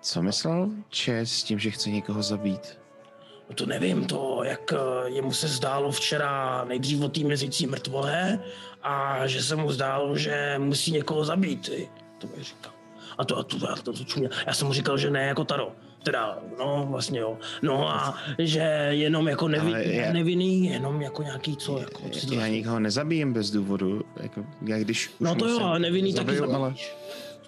S6: Co myslel Čes s tím, že chce někoho zabít?
S8: No to nevím, to jak eh, jemu se zdálo včera nejdřív o té mizící mrtvole a že se mu zdálo, že musí někoho zabít. i. To mi říkal. A to, a to, a to, to čumě. Já jsem mu říkal, že ne jako Taro. Teda, no vlastně jo. No a že jenom jako
S6: Ale
S8: nevinný,
S6: je-
S8: nevinný jenom jako nějaký co, jako co
S6: Já nikoho nezabijím bez důvodu, jako já když už
S8: No to jo,
S6: musím,
S8: ale nevinný taky
S6: zabiju, ale
S8: zabíjíš.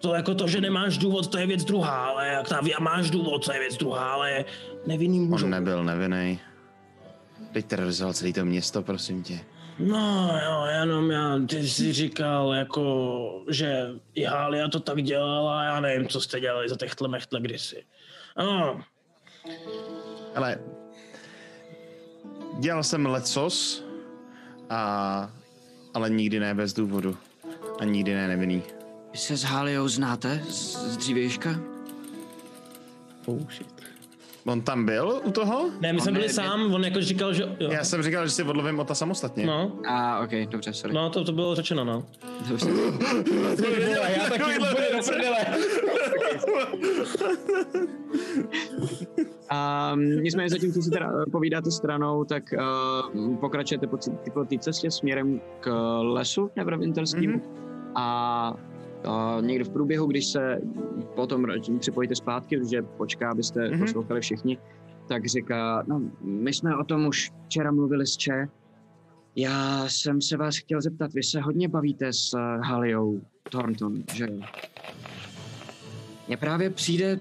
S8: To jako to, že nemáš důvod, to je věc druhá, ale jak ta via máš důvod, to je věc druhá, ale nevinný můžu.
S6: on nebyl nevinný. Teď terorizoval celé to město, prosím tě.
S8: No jo, jenom já, ty jsi říkal jako, že i Hália to tak dělala, já nevím, co jste dělali za techtle mechtle kdysi. No,
S6: Ale dělal jsem lecos, a, ale nikdy ne bez důvodu. A nikdy ne nevinný.
S3: Vy se s Háliou znáte? Z, z dřívějška?
S13: Oh shit.
S6: On tam byl u toho?
S13: Ne, my jsme byli sám, on jako říkal, že... Jo.
S6: Já jsem říkal, že si odlovím ota samostatně.
S13: No.
S3: A, ok, dobře, sorry.
S13: No, to, to bylo řečeno, no.
S3: Dobře.
S13: já taky úplně do prdele.
S3: A mm, nicméně zatím, co si teda eh, povídáte stranou, tak uh, pokračujete po c- po té cestě směrem k lesu Neverwinterským
S13: Mhm.
S3: mm-hmm. a uh, někdy v průběhu, když se potom r- připojíte zpátky, protože počká, abyste
S13: Mhm.
S3: mm-hmm. poslouchali všichni, tak říká, no my jsme o tom už včera mluvili s Če, já jsem se vás chtěl zeptat, vy se hodně bavíte s eh, Haliou Thornton, že jo? Mně právě přijde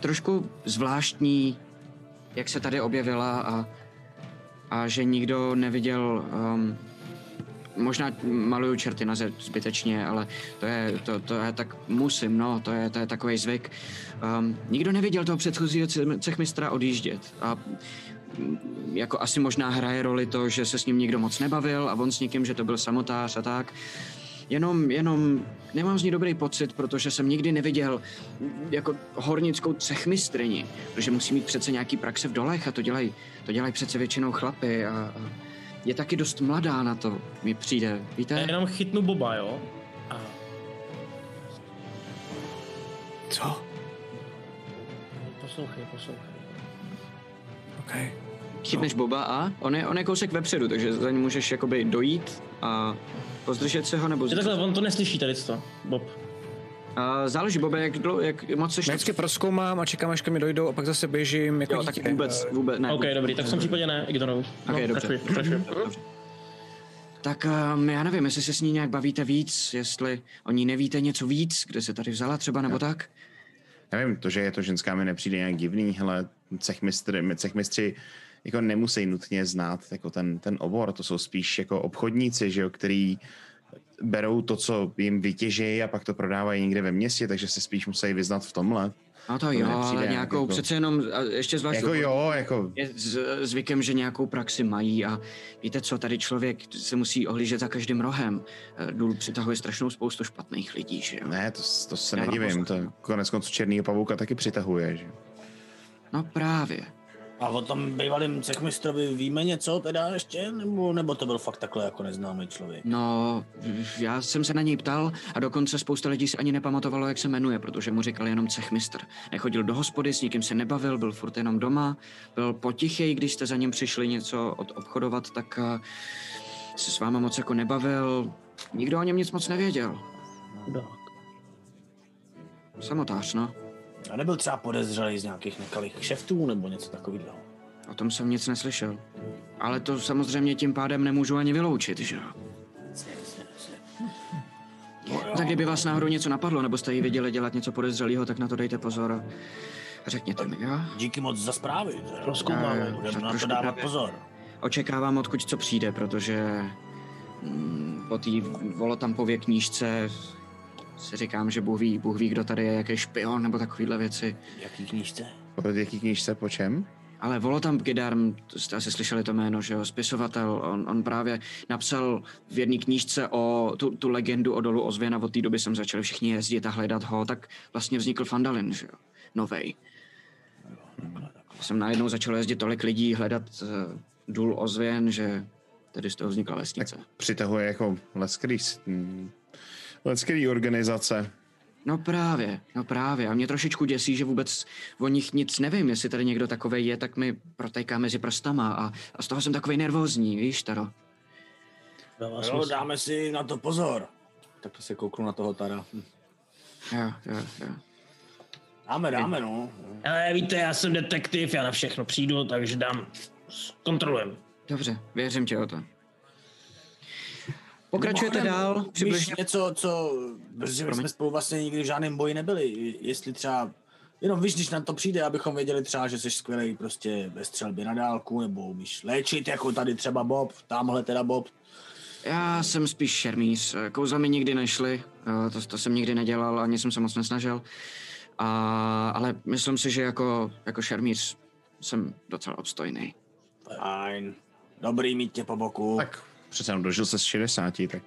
S3: trošku zvláštní, jak se tady objevila a a že nikdo neviděl, um, možná maluju čerty na zeď zbytečně, ale to je, to, to je tak musím, no, to je, to je takový zvyk. Um, nikdo neviděl toho předchozího ce- cechmistra odjíždět a mm, jako asi možná hraje roli to, že se s ním nikdo moc nebavil a on s nikým, že to byl samotář a tak. Jenom, jenom nemám z ní dobrý pocit, protože jsem nikdy neviděl jako hornickou cechmistrini, protože musí mít přece nějaký praxe v dolech a to dělají to dělaj přece většinou chlapy a, a je taky dost mladá na to, mi přijde, víte?
S5: no.
S8: Jenom chytnu Boba, jo? A
S11: Co?
S5: Poslouchej, poslouchej.
S11: Okay.
S3: Chytneš Boba a on je, on je kousek vepředu, takže za ním můžeš jakoby dojít a pozdržet se ho nebo...
S5: Že takhle, on to neslyší tady to, Bob.
S3: A záleží, Bobe, jak, dlou, jak moc seš...
S11: Já vždycky proskoumám a čekám, až ke mi dojdou a pak zase běžím jako
S3: Jo, tak vůbec, vůbec ne.
S5: OK, dobrý, tak v tom případě ne, ignoruju.
S3: Ok,
S8: No,
S3: dobře.
S5: pokračuj, pokračuj.
S3: Tak um, já nevím, jestli se s ní nějak bavíte víc, jestli o ní nevíte něco víc, kde se tady vzala třeba nebo tak.
S6: Nevím, to, že je to ženská, mi nepřijde nějak divný, hele, cechmistry, my cechmistři jako nemusí nutně znát jako ten, ten obor, to jsou spíš jako obchodníci, že jo, který berou to, co jim vytěžejí a pak to prodávají někde ve městě, takže se spíš musí vyznat v tomhle.
S3: No
S6: To
S3: to
S6: mi
S3: jo,
S6: nepřijde
S3: ale
S6: nějak
S3: nějakou
S6: jako-
S3: přece jenom, a ještě zvlášť...
S6: Jako jo, jako...
S3: Je z, zvykem, že nějakou praxi mají a víte co, tady člověk se musí ohlížet za každým rohem. Eh, Důl přitahuje strašnou spoustu špatných lidí, že jo?
S6: Ne, to, s- to se
S3: Já vám
S6: nedivím, to konec konců černýho pavouka taky přitahuje, že?
S3: No právě.
S7: A o tom bývalým cechmistrovi víme něco teda ještě, nebo, nebo to byl fakt takhle jako neznámý člověk?
S3: No, já jsem se na něj ptal a dokonce spousta lidí si ani nepamatovalo, jak se jmenuje, protože mu říkal jenom cechmistr. Nechodil do hospody, s nikým se nebavil, byl furt jenom doma, byl potichej, když jste za ním přišli něco od obchodovat, tak eh, se s váma moc jako nebavil. Nikdo o něm nic moc nevěděl. Samotář, no.
S7: A nebyl třeba podezřelý z nějakých nekalých kšeftů nebo něco takového?
S3: O tom jsem nic neslyšel. Ale to samozřejmě tím pádem nemůžu ani vyloučit, že jo? No Tak kdyby vás náhodou něco napadlo, nebo jste ji viděli dělat něco podezřelého, tak na to dejte pozor a řekněte mi, jo?
S7: Díky moc za zprávy.
S3: Jo,
S7: Proskoumáme,
S3: jo,
S7: budeme
S3: tak
S7: na to
S3: trošku
S7: dávat
S3: právě.
S7: pozor.
S3: Očekávám, odkud co přijde, protože mm, po té volotampově knížce si říkám, že Bůh ví, Bůh ví, kdo tady je, jaký špion nebo takovéhle věci.
S7: Jaký knížce?
S6: Po jaký knížce, po čem?
S3: Ale Volotamp Gidarm, to jste asi slyšeli to jméno, že jo, spisovatel, on, on právě napsal v jedné knížce o tu, tu legendu o dolu Ozvěna, od té doby jsem začali všichni jezdit a hledat ho, tak vlastně vznikl Fandalin, že jo, novej. Jsem najednou začal jezdit tolik lidí hledat uh, důl Ozvěn, že tady z toho vznikla vesnice.
S6: Přitahuje jako leskrý, leskrý organizace.
S3: No právě, no právě. A mě trošičku děsí, že vůbec o nich nic nevím. Jestli tady někdo takovej je, tak mi protéká mezi prstama a, a z toho jsem takovej nervózní, víš, Taro.
S7: Jo, dáme si na to pozor. Tak to se kouknu na toho Tara. Hm.
S3: Jo, jo, jo.
S7: Dáme, dáme, no.
S8: Ale víte, já jsem detektiv, já na všechno přijdu, takže dám, kontrolujem.
S3: Dobře, věřím ti o to. Pokračujete dál,
S7: Přibližně...
S3: přibližně-
S7: něco, co... Protože my jsme spolu vlastně nikdy v žádném boji nebyli. Jestli třeba... Jenom víš, když na to přijde, abychom věděli třeba, že jsi skvělý prostě ve střelbě na dálku, nebo umíš léčit, jako tady třeba Bob, tamhle teda Bob.
S3: Já jsem spíš šermíř. Kouzla mi nikdy nešly, eh, to, to jsem nikdy nedělal, ani jsem se moc nesnažil. A, ale myslím si, že jako, jako šermíř jsem docela obstojný.
S7: Fajn. Dobrý mít tě po boku.
S6: Tak přece jenom dožil se z 60, tak...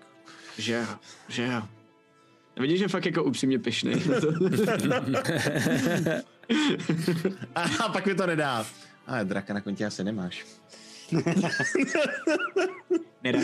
S3: Že jo, že jo. Vidíš, že fakt jako upřímně pišný. [laughs]
S6: A pak mi to nedá. Ale draka na kontě asi nemáš.
S3: Nedá.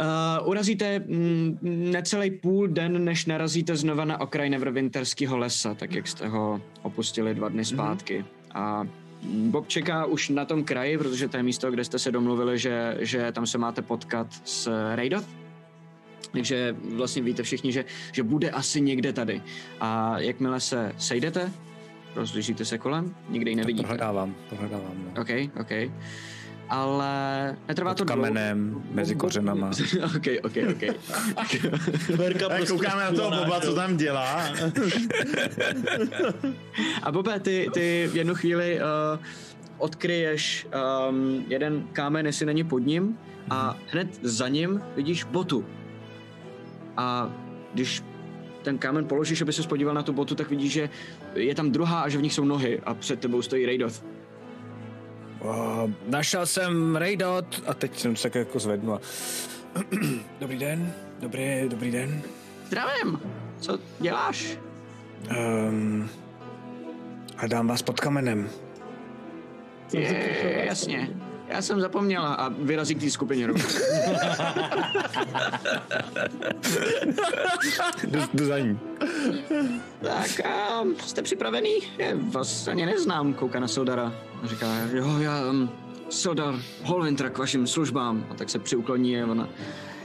S3: Uh, urazíte mm, necelý půl den, než narazíte znova na okraj Neverwinterského lesa, tak jak jste ho opustili dva
S11: Mhm.
S3: dny zpátky. A mm, Bob čeká už na tom kraji, protože to je místo, kde jste se domluvili, že, že tam se máte potkat s Raidoth. Takže vlastně víte všichni, že, že bude asi někde tady. A jakmile se sejdete, rozlížíte se kolem, nikde ji nevidíte.
S11: Prohledávám, prohledávám. No.
S3: OK, OK. ale netrvá to
S11: Pod kamenem, mezi kořenama.
S3: [laughs] ok, ok, ok.
S7: Verka
S6: Tak [laughs] koukáme na toho Boba, co tam dělá.
S3: A Bobe, ty, ty v jednu chvíli uh, odkryješ um, jeden kámen, jestli není pod ním, a hned za ním vidíš botu. A když ten kámen položíš, aby se podíval na tu botu, tak vidíš, že je tam druhá a že v nich jsou nohy a před tebou stojí Raidoth.
S11: O, našel jsem Raidot a teď jsem se tak jako zvednu a... [clears throat] Dobrý den, dobrý, dobrý den.
S3: Zdravím, co děláš?
S11: Um, a dám vás pod kamenem.
S3: Je, Eh, jasně, já jsem zapomněla a vyrazí k té skupině rovnou.
S14: Jdu, jdu za ní.
S3: Tak a jste připravený? Je, vás ani neznám, kouká na Soldara. A Říká, jo, já um, Soldar Holvintra k vašim službám. A tak se přiukloní a ona,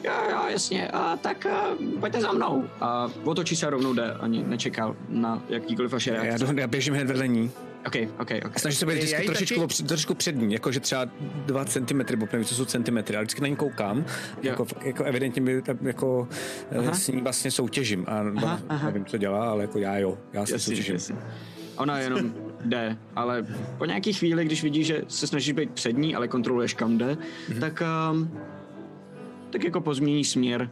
S3: jo, jo, jasně, a tak a, pojďte za mnou. A otočí se a rovnou jde, ani nečekal na jakýkoliv vaše reakce.
S11: Já, jdu, já běžím hned vedle ní.
S3: OK, OK, OK.
S11: A snažím se být
S3: Já
S11: vždycky
S3: ji
S11: trošičku, taky... trošku přední, jakože třeba 2 cm, nebo nevím, co jsou centimetry, ale vždycky na ní koukám, jako, fakt- jako, evidentně by, tam jako eh,
S3: Aha.
S11: s ní vlastně soutěžím a
S3: Aha, aha.
S11: nevím, co dělá, ale jako já jo, já se
S3: Jasně,
S11: soutěžím.
S3: jasně. Ona jenom jde, ale po nějaké chvíli, když vidí, že se snažíš být přední, ale kontroluješ kam jde,
S6: Mhm.
S3: mm-hmm. tak, um, tak jako pozmění směr.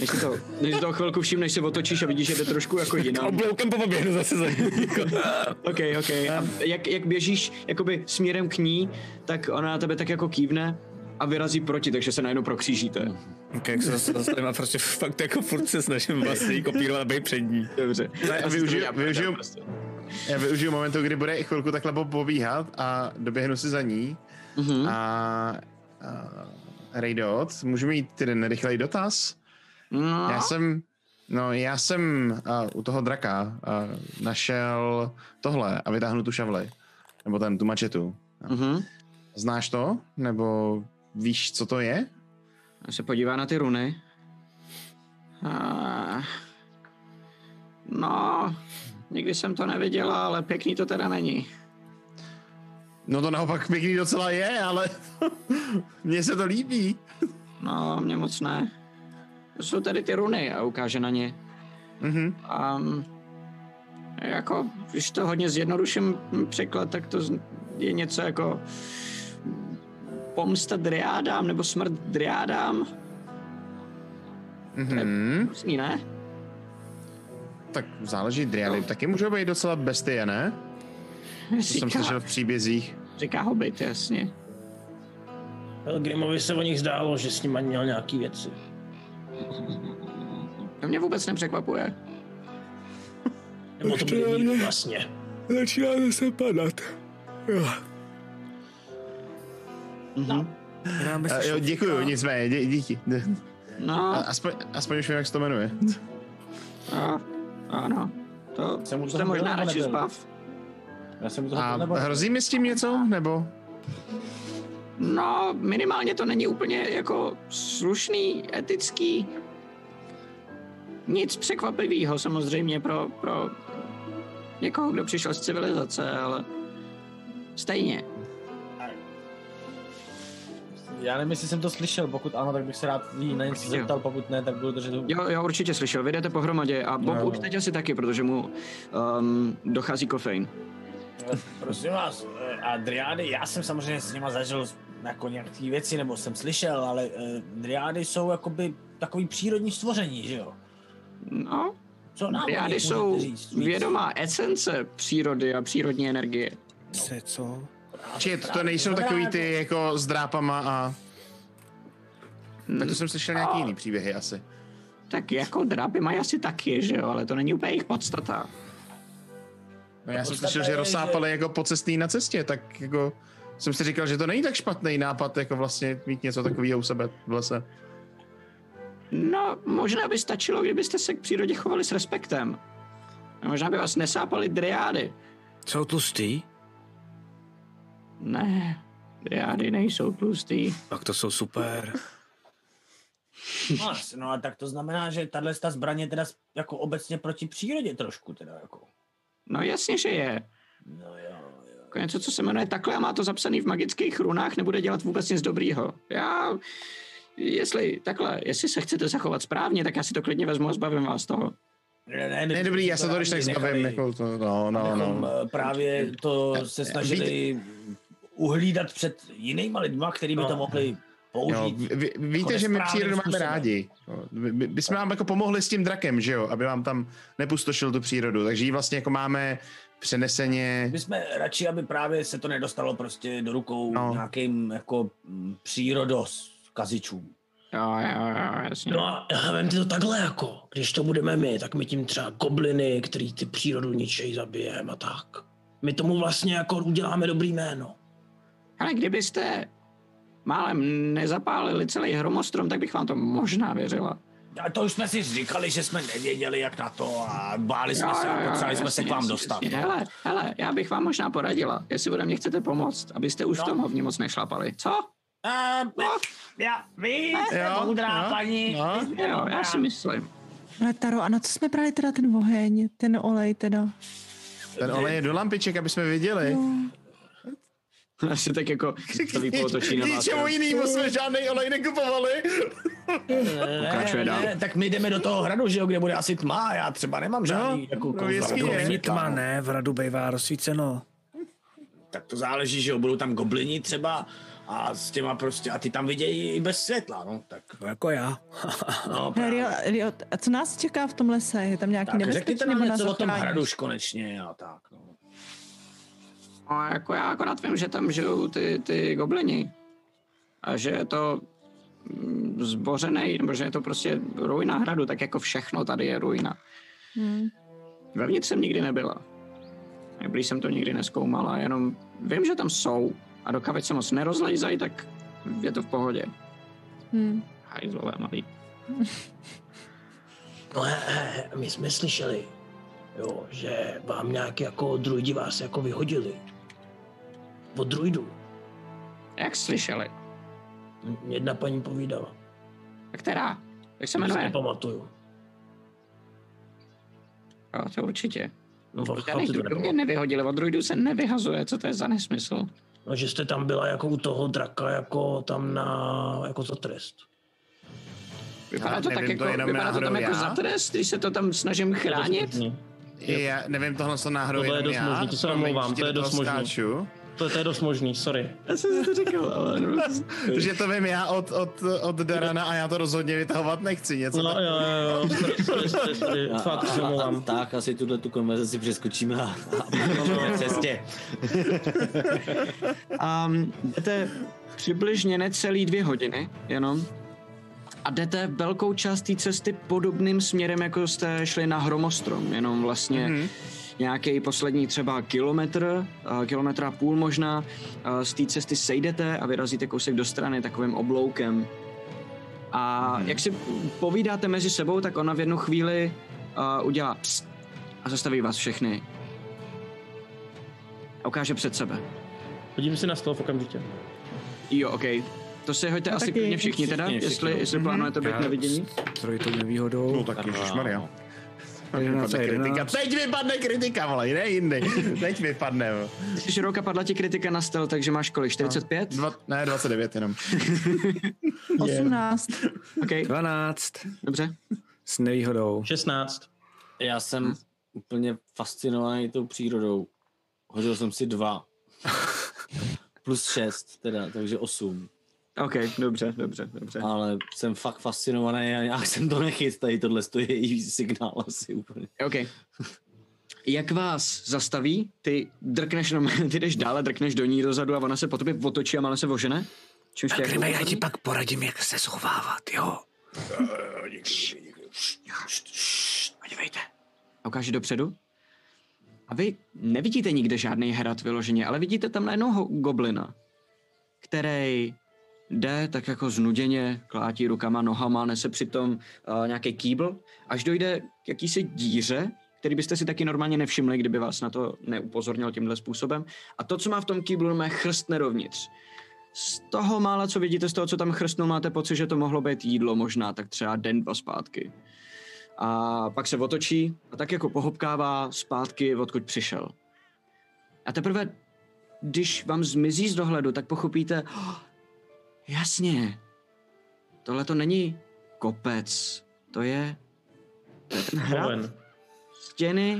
S3: Než si to, než si to chvilku všimneš, se otočíš a vidíš, že jde trošku
S6: [laughs]
S3: jako jinam.
S11: Obloukem poběhnu zase za
S3: [laughs] OK, OK. A jak, jak běžíš jakoby směrem k ní, tak ona na tebe tak jako kývne a vyrazí proti, takže se najednou
S6: Mhm.
S3: prokřížíte.
S11: Ok, jak se zase zastavím a prostě [laughs] fakt jako furt se snažím vlastně jí kopírovat a být přední.
S3: Dobře.
S6: Ne, využiju, využiju, já využiju momentu, kdy bude chvilku takhle Bob pobíhat a doběhnu si za ní.
S3: Mm-hmm.
S6: A, a Raydot, můžu mít tedy nerychlej dotaz?
S3: No.
S6: Já jsem, no já jsem a, u toho draka a, našel tohle a vytáhnu tu šavli. Nebo ten, tu mačetu.
S3: Mm-hmm.
S6: Znáš to? Nebo víš, co to je?
S3: A se podívá na ty runy. A... No, nikdy jsem to neviděla, ale pěkný to teda není.
S6: No to naopak pěkný docela je, ale [laughs] mně se to líbí.
S3: No, mně moc ne. To jsou tady ty runy a ukáže na ně.
S6: Mhm.
S3: A mm, jako, když to hodně zjednoduším mm, překlad, tak to z- je něco jako mm, pomsta driádám nebo smrt driádám.
S6: Mhm.
S3: Různý, ne?
S6: Tak záleží, driady taky můžou být docela bestie, ne? To jsem
S8: Říká-
S6: slyšel v příbězích.
S3: Říká Hobbit, jasně.
S8: Pelgrimovi se o nich zdálo, že s nimi měl nějaký věci.
S3: To mě vůbec nepřekvapuje.
S8: Nebo to bude mít vlastně.
S11: Začínáme se padat. Jo.
S3: Mhm.
S6: A, Eh, jo, děkuju, nicméně, dě, díky.
S3: No.
S6: A, aspoň, aspoň už vím, jak se to jmenuje.
S3: A, ano, to
S6: jsem
S3: jste možná radši zbav.
S6: Já jsem
S3: toho
S6: A
S3: nebyl.
S6: hrozí mi s tím něco, nebo?
S3: No, minimálně to není úplně jako slušný, etický. Nic překvapivého samozřejmě pro, pro někoho, kdo přišel z civilizace, ale stejně.
S15: Já nevím, jestli jsem to slyšel, pokud ano, tak bych se rád jí na něco
S3: Určitě.
S15: zeptal, pokud ne, tak budu držet hubu.
S3: Jo, jo, určitě slyšel, vy jdete pohromadě a Bob
S15: Jo.
S3: už teď asi taky, protože mu um, dochází kofein.
S7: Prosím vás, eh, a Driády, já jsem samozřejmě s nima zažil jako nějaký věci, nebo jsem slyšel, ale eh, Driády jsou jakoby takový přírodní stvoření, že jo?
S3: No,
S7: Co nám o
S3: Triády
S7: nich
S3: jsou
S7: můžete říct víc?
S3: vědomá esence přírody a přírodní energie.
S11: Se co?
S6: Či to nejsou takový ty jako s drápama a... Tak to jsem slyšel nějaký jiný příběhy asi.
S3: Tak jako drápy mají asi taky, že jo, ale to není úplně jejich podstata.
S6: No, já jsem
S3: Podstata
S6: slyšel, že
S3: je,
S6: rozsápali jako pocestný na cestě, tak jako jsem si říkal, že to není tak špatný nápad, jako vlastně mít něco takového u sebe v lese.
S3: No, možná by stačilo, kdybyste se k přírodě chovali s respektem. A možná by vás nesápaly driády.
S16: Jsou tlustý?
S3: Ne, driády nejsou tlustý.
S16: Tak to jsou super.
S7: Mas, no a tak to znamená, že tahle ta zbraně teda s- jako obecně proti přírodě trošku teda jako.
S3: No jasně, že je.
S7: No jo, jo,
S3: Jako něco, co se jmenuje takhle a má to zapsaný v magických runách, nebude dělat vůbec nic dobrýho. Já, jestli takhle, jestli se chcete zachovat správně, tak já si to klidně vezmu a zbavím vás toho.
S7: Ne, ne,
S6: Ne, dobrý, já se to když tak zbavím, jako to, no, no,
S7: abychom,
S6: no.
S7: eh, Právě to se snažili uhlídat před jinýma lidma, který by to mohli
S6: No. Jo,
S7: použít.
S6: vy- vy,
S8: jako
S6: víte, že my přírodu máme rádi. Jo, My, my, my jsme vám jako pomohli s tím drakem, že jo, aby vám tam nepustošil tu přírodu, takže ji vlastně jako máme přeneseně...
S7: My jsme radši, aby právě se to nedostalo prostě do rukou no. nějakým jako mm, přírodos kazičům.
S3: Jo, jo, jo, jasně.
S8: No a já vem ty to takhle jako, když to budeme my, tak my tím třeba gobliny, který ty přírodu ničej zabijeme a tak. My tomu vlastně jako uděláme dobrý jméno.
S3: Ale kdybyste málem nezapálili celý hromostrom, tak bych vám to možná věřila.
S7: A to už jsme si říkali, že jsme nevěděli jak na to a báli jsme
S3: Jo,
S7: se
S3: jo,
S7: a
S3: jo,
S7: potřebovali jsme se
S3: No, jasně,
S7: k vám
S3: jasně,
S7: dostat.
S3: jasně. Hele, hele, já bych vám možná poradila, jestli ode mě chcete pomoct, abyste už v tom hovně moc nešlapali. Co?
S7: A, já, vy jste
S3: Jo, no.
S7: moudrá
S3: jo,
S7: paní.
S3: jo, jo, já si myslím.
S10: Ale Taro, a na co jsme brali teda ten oheň, ten olej teda?
S6: Ten olej je do lampiček, aby jsme věděli.
S3: Já si tak [laughs] jako celý polotočí na vás. eh.
S6: Ničemu jinému jsme žádný olej nekupovali.
S7: Eh,
S3: Pokračuje dál.
S7: tak my jdeme do toho hradu, že jo, kde bude asi tma, já třeba nemám žádný no, jako kouzla.
S11: to
S7: Jako
S11: není
S7: světla,
S11: tma,
S7: no.
S11: ne, v radu bývá rozsvíceno.
S7: Tak to záleží, že jo, budou tam goblini třeba a s těma prostě, a ty tam vidějí i bez světla, no, tak.
S11: No, jako já.
S7: no,
S10: Hele, Rio- Rio, a co nás čeká v tom lese? Je tam nějaký
S7: tak řekněte
S10: nebezpečí?
S7: nám
S10: nebo nás
S7: něco o tom
S10: zachrání?
S7: hradu už konečně a tak. No.
S3: No, jako já akorát vím, že tam žijou ty, ty goblini. A že je to mm, zbořený, nebo že je to prostě ruina hradu, tak jako všechno tady je ruina.
S10: Hmm.
S3: Vevnitř jsem nikdy nebyla. Neblíž jsem to nikdy neskoumala, jenom vím, že tam jsou. A dokud se moc nerozlejzají, tak je to v pohodě.
S10: Hmm.
S3: Hajzlové malý.
S8: No he, he, my jsme slyšeli, jo, že vám nějak jako druidi vás jako vyhodili. Od druidů.
S3: Jak slyšeli?
S8: Jedna paní povídala.
S3: A která? Jak se
S8: Už
S3: jmenuje?
S8: nepamatuju.
S3: Jo, to určitě.
S8: No, fakt-
S3: Já
S8: fakt si to
S3: druidů mě
S8: nepamatuju.
S3: nevyhodili, od druidů se nevyhazuje, co to je za nesmysl?
S8: No, že jste tam byla jako u toho draka, jako tam na, jako za trest.
S3: Vypadá to tak jako, vypadá to tam jako za trest, když se to tam snažím chránit?
S6: Já nevím, tohle co náhodou
S8: Tohle je
S6: jenom
S8: dost
S6: já.
S8: možný, to se
S6: Promiň,
S8: omlouvám,
S6: že
S8: to je
S6: ti do
S8: dost
S6: toho
S8: možný.
S6: skáču.
S8: To, to je dost možný, sorry.
S3: Já jsem si to říkal, ale...
S6: Že to vím já od, od, od Darana a já to rozhodně vytahovat nechci. Něco
S17: No,
S6: jo,
S8: jo,
S7: [laughs]
S17: A- a- a- a Tak, asi tuhle tu konverzaci přeskočíme a, a cestě.
S3: A jdete přibližně necelý dvě hodiny jenom a jdete velkou část té cesty podobným směrem, jako jste šli na Hromostrom, jenom vlastně mm-hmm. nějaký poslední třeba kilometr, eh, kilometr a půl možná, eh, z té cesty sejdete a vyrazíte kousek do strany takovým obloukem. A
S11: Mhm.
S3: mm-hmm. jak si povídáte mezi sebou, tak ona v jednu chvíli eh, udělá pst a zastaví vás všechny. A ukáže před sebe.
S8: Hodím si na stůl okamžitě.
S3: Jo, OK. To si hoďte
S8: No
S3: asi
S8: taky
S3: klidně všichni teda,
S8: všichni,
S3: jestli,
S8: všichni.
S3: jestli
S8: Mhm.
S3: plánujete být
S8: Já
S3: nevidění.
S11: S trojitou nevýhodou. No
S6: tak [laughs] ježišmarja.
S11: Jedenáct a
S6: kritika.
S11: jedenáct.
S6: Teď vypadne kritika, vole,
S3: [laughs]
S6: ne jindy. Teď vypadne. vole.
S3: Široka padla ti kritika na stel, takže máš kolik? 45?
S6: Dva, ne, 29 jenom.
S10: 18.
S3: Okay.
S11: 12.
S3: Dobře.
S11: S nevýhodou.
S8: 16.
S17: Já jsem úplně fascinovaný tou přírodou. Hodil jsem si dva. Plus šest, teda, takže osm.
S3: OK, dobře, dobře, dobře.
S17: Ale jsem fakt fascinovaný a já jsem to nechyt, tady tohle to je její signál asi úplně.
S3: OK. Jak vás zastaví, ty drkneš, no, [laughs] ty jdeš dále, drkneš do ní dozadu a ona se po tobě otočí a ona se ožene? Čímž tě
S11: Tak
S8: No,
S3: jako...
S11: Rybe, já ti pak poradím, jak se schovávat, jo?
S3: Podívejte. A ukáže dopředu. A vy nevidíte nikde žádný hrad vyloženě, ale vidíte tam najednou ho- goblina, který jde tak jako znuděně, klátí rukama, nohama, nese přitom uh, nějaký kýbl, až dojde k jakýsi díře, který byste si taky normálně nevšimli, kdyby vás na to neupozornil tímhle způsobem. A to, co má v tom kýblu, má chrstne dovnitř. Z toho mála, co vidíte, z toho, co tam chrstnul, máte pocit, že to mohlo být jídlo možná, tak třeba den, dva zpátky. A pak se otočí a tak jako pohopkává zpátky, odkud přišel. A teprve když vám zmizí z dohledu, tak pochopíte, oh, jasně, tohle to není kopec, to je, to je ten hrad.
S18: Hoven.
S3: Stěny,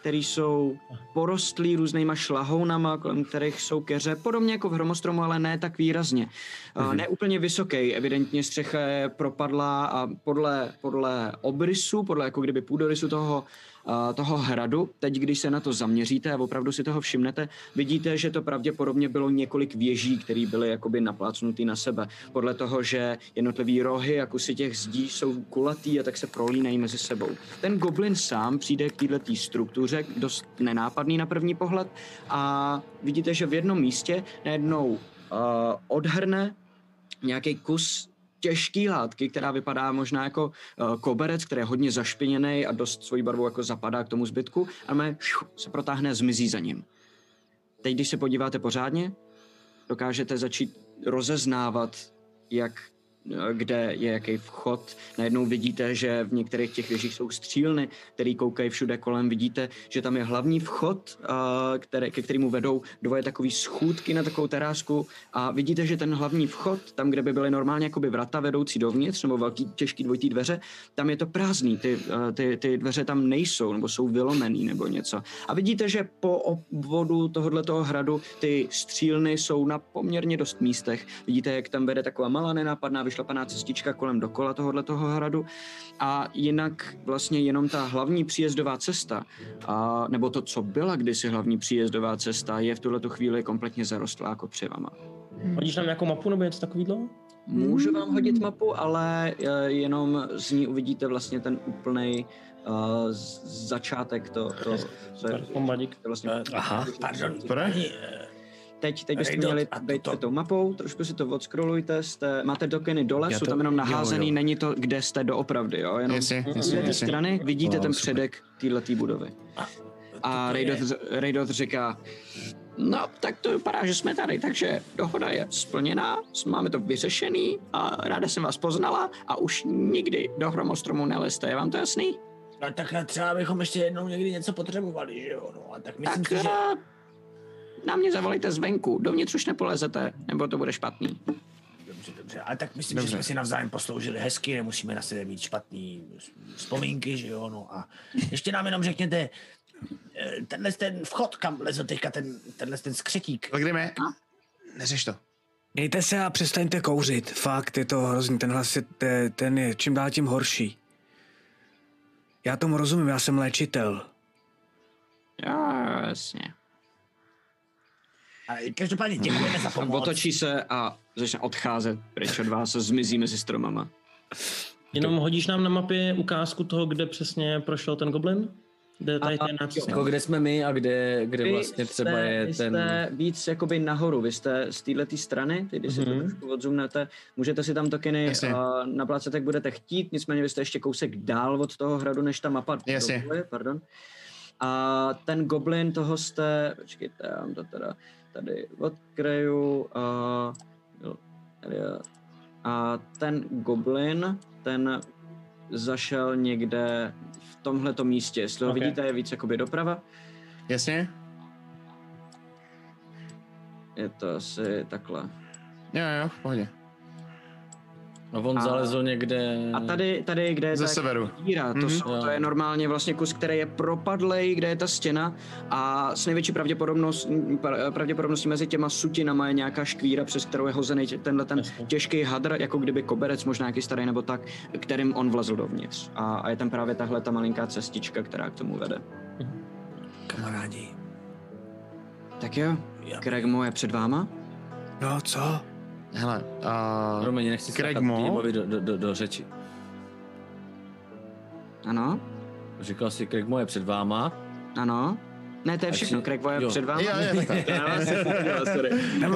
S3: které jsou porostlý různýma šlahounama, kolem kterých jsou keře, podobně jako v hromostromu, ale ne tak výrazně. Mm-hmm. Ne úplně vysoký, evidentně střecha je propadlá a podle, podle obrysu, podle jako kdyby půdorysu toho, a, toho hradu, teď když se na to zaměříte a opravdu si toho všimnete, vidíte, že to pravděpodobně bylo několik věží, které byly jakoby naplácnutý na sebe. Podle toho, že jednotlivý rohy a kusy těch zdí jsou kulatý a tak se prolínají mezi sebou. Ten goblin sám přijde k této struktuře, dost nenápadný na první pohled a vidíte, že v jednom místě najednou uh, odhrne nějaký kus těžký látky, která vypadá možná jako uh, koberec, který je hodně zašpiněný a dost svojí barvou jako zapadá k tomu zbytku a mé šiu, se protáhne a zmizí za ním. Teď, když se podíváte pořádně, dokážete začít rozeznávat, jak eh, kde je jaký vchod. Najednou vidíte, že v některých těch věžích jsou střílny, které koukají všude kolem. Vidíte, že tam je hlavní vchod, eh, které, ke kterému vedou dvoje takové schůdky na takovou terásku a vidíte, že ten hlavní vchod, tam, kde by byly normálně jakoby vrata vedoucí dovnitř nebo velký těžký dvojitý dveře, tam je to prázdný, ty, eh, ty, ty dveře tam nejsou nebo jsou vylomený nebo něco. A vidíte, že po obvodu tohoto hradu ty střílny jsou na poměrně dost místech. Vidíte, jak tam vede taková malá nenápadná vyšlapaná cestička kolem dokola tohoto toho hradu. A jinak vlastně jenom ta hlavní příjezdová cesta, a, nebo to, co byla kdysi hlavní příjezdová cesta, je v tuhle chvíli kompletně zarostlá jako přivama.
S19: Hodíš nám nějakou mapu nebo něco takového?
S3: Můžu vám hodit mapu, ale eh, jenom z ní uvidíte vlastně ten úplný uh, začátek to, to, to, je- to vlastně,
S8: E,
S19: Aha.
S3: Pardon,
S19: Proč?
S3: Teď, teď byste
S19: Rejdot
S3: měli
S19: a
S3: být před tou mapou, trošku si to odscrollujte, jste, máte tokeny dole,
S20: Já
S3: jsou
S20: to-
S3: tam jenom
S20: jo,
S3: naházený,
S20: jo.
S3: není to, kde jste doopravdy, jo, jenom
S20: Jasně,
S3: z
S20: jasně,
S3: jedné
S20: jasně.
S3: strany vidíte
S20: O,
S3: ten
S20: super.
S3: předek této budovy. A Raydot, Raydot říká, no tak to vypadá, že jsme tady, takže dohoda je splněná, máme to vyřešený a ráda jsem vás poznala a už nikdy do hromostromu neleste, je vám to jasný?
S8: No tak třeba bychom ještě jednou někdy něco potřebovali, že jo? No a tak myslím
S3: tak
S8: si, že...
S3: eh, na mě zavolejte zvenku, dovnitř už nepolezete, nebo to bude špatný.
S8: Dobře, dobře. A tak myslím,
S3: Dobře.
S8: že jsme si navzájem posloužili hezky, nemusíme na sebe mít špatný vzpomínky, že jo, no a ještě nám jenom řekněte, eh, tenhle ten vchod, kam lezl teďka ten, tenhle ten skřetík.
S6: Tak jdeme. Neřeš to.
S11: Mějte se a přestaňte kouřit. Fakt, je to hrozný. Tenhle si, te- ten je čím dál tím horší. Já tomu rozumím, já jsem léčitel.
S3: Jasně.
S8: A každopádně děkujeme za
S3: [laughs]
S8: pomoc.
S3: Otočí se a začne odcházet pryč od vás a zmizí mezi stromama.
S19: Jenom hodíš nám na mapě ukázku toho, kde přesně prošel ten goblin? Kde tady ten
S7: Jako kde jsme my a kde, kde
S3: Vy
S7: vlastně třeba
S3: jste,
S7: je
S3: vy
S7: ten...
S3: jste víc jakoby nahoru, vy jste z této strany, teď když si to
S7: Mhm.
S3: trošku odzumnete, můžete si tam tokeny
S7: Jasně.
S3: uh, naplácet, jak budete chtít, nicméně vy jste ještě kousek dál od toho hradu, než ta mapa
S6: Jasně.
S3: dovoluje, pardon. A ten goblin toho jste, počkejte, já vám to teda tady odkryju, a, jo, tady je. a ten goblin, ten zašel někde v tomhleto místě, jestli ho
S6: Ok.
S3: vidíte, je víc jakoby doprava.
S6: Jasně?
S3: Je to asi takhle.
S6: Jo, jo, v pohodě.
S7: No on
S3: A-
S7: zalezl někde...
S3: A tady, tady kde je
S7: Eh, Ze
S3: ta
S7: severu.
S3: díra, to,
S7: Mhm.
S3: jsou, to je normálně vlastně kus, který je propadlej, kde je ta stěna a s největší pravděpodobnost, pra- pravděpodobností mezi těma sutinama je nějaká škvíra, přes kterou je hozený tě- tenhle ten těžký hadr, jako kdyby koberec, možná nějaký starý nebo tak, kterým on vlezl dovnitř. A, a je tam právě tahle ta malinká cestička, která k tomu vede.
S11: Kamarádi.
S3: Tak jo, Kregmo je před váma.
S11: No, co?
S6: Hele, uh,
S7: Promiň, nechci
S6: Craig
S7: skákat
S6: Mo?
S7: Týmovi do, do, do, do řeči.
S3: Ano?
S7: Říkal si, Kregmo je před váma.
S3: Ano. Ne, to je
S7: Tak
S3: všechno,
S7: si-
S3: Kregmo je
S7: jo.
S3: před váma.
S7: Jo, jo,
S3: [laughs]
S7: takhle.
S3: Já vás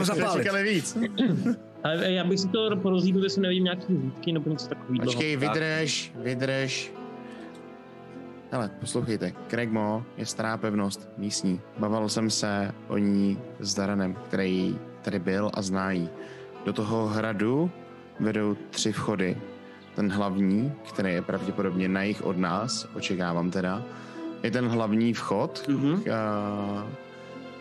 S3: zapomněl,
S6: [laughs]
S3: sorry.
S6: víc.
S19: Ale já bych si to porozlíbil, jestli nevím nějaký výtky nebo něco takového.
S6: Počkej, vydrž, vydrž. Hele, poslouchejte, Kregmo je stará pevnost, místní. Bavil jsem se o ní s Daranem, který tady byl a zná jí. Do toho hradu vedou tři vchody. Ten hlavní, který je pravděpodobně na jich od
S11: Mhm.
S6: nás, očekávám teda, je ten hlavní vchod, mm-hmm.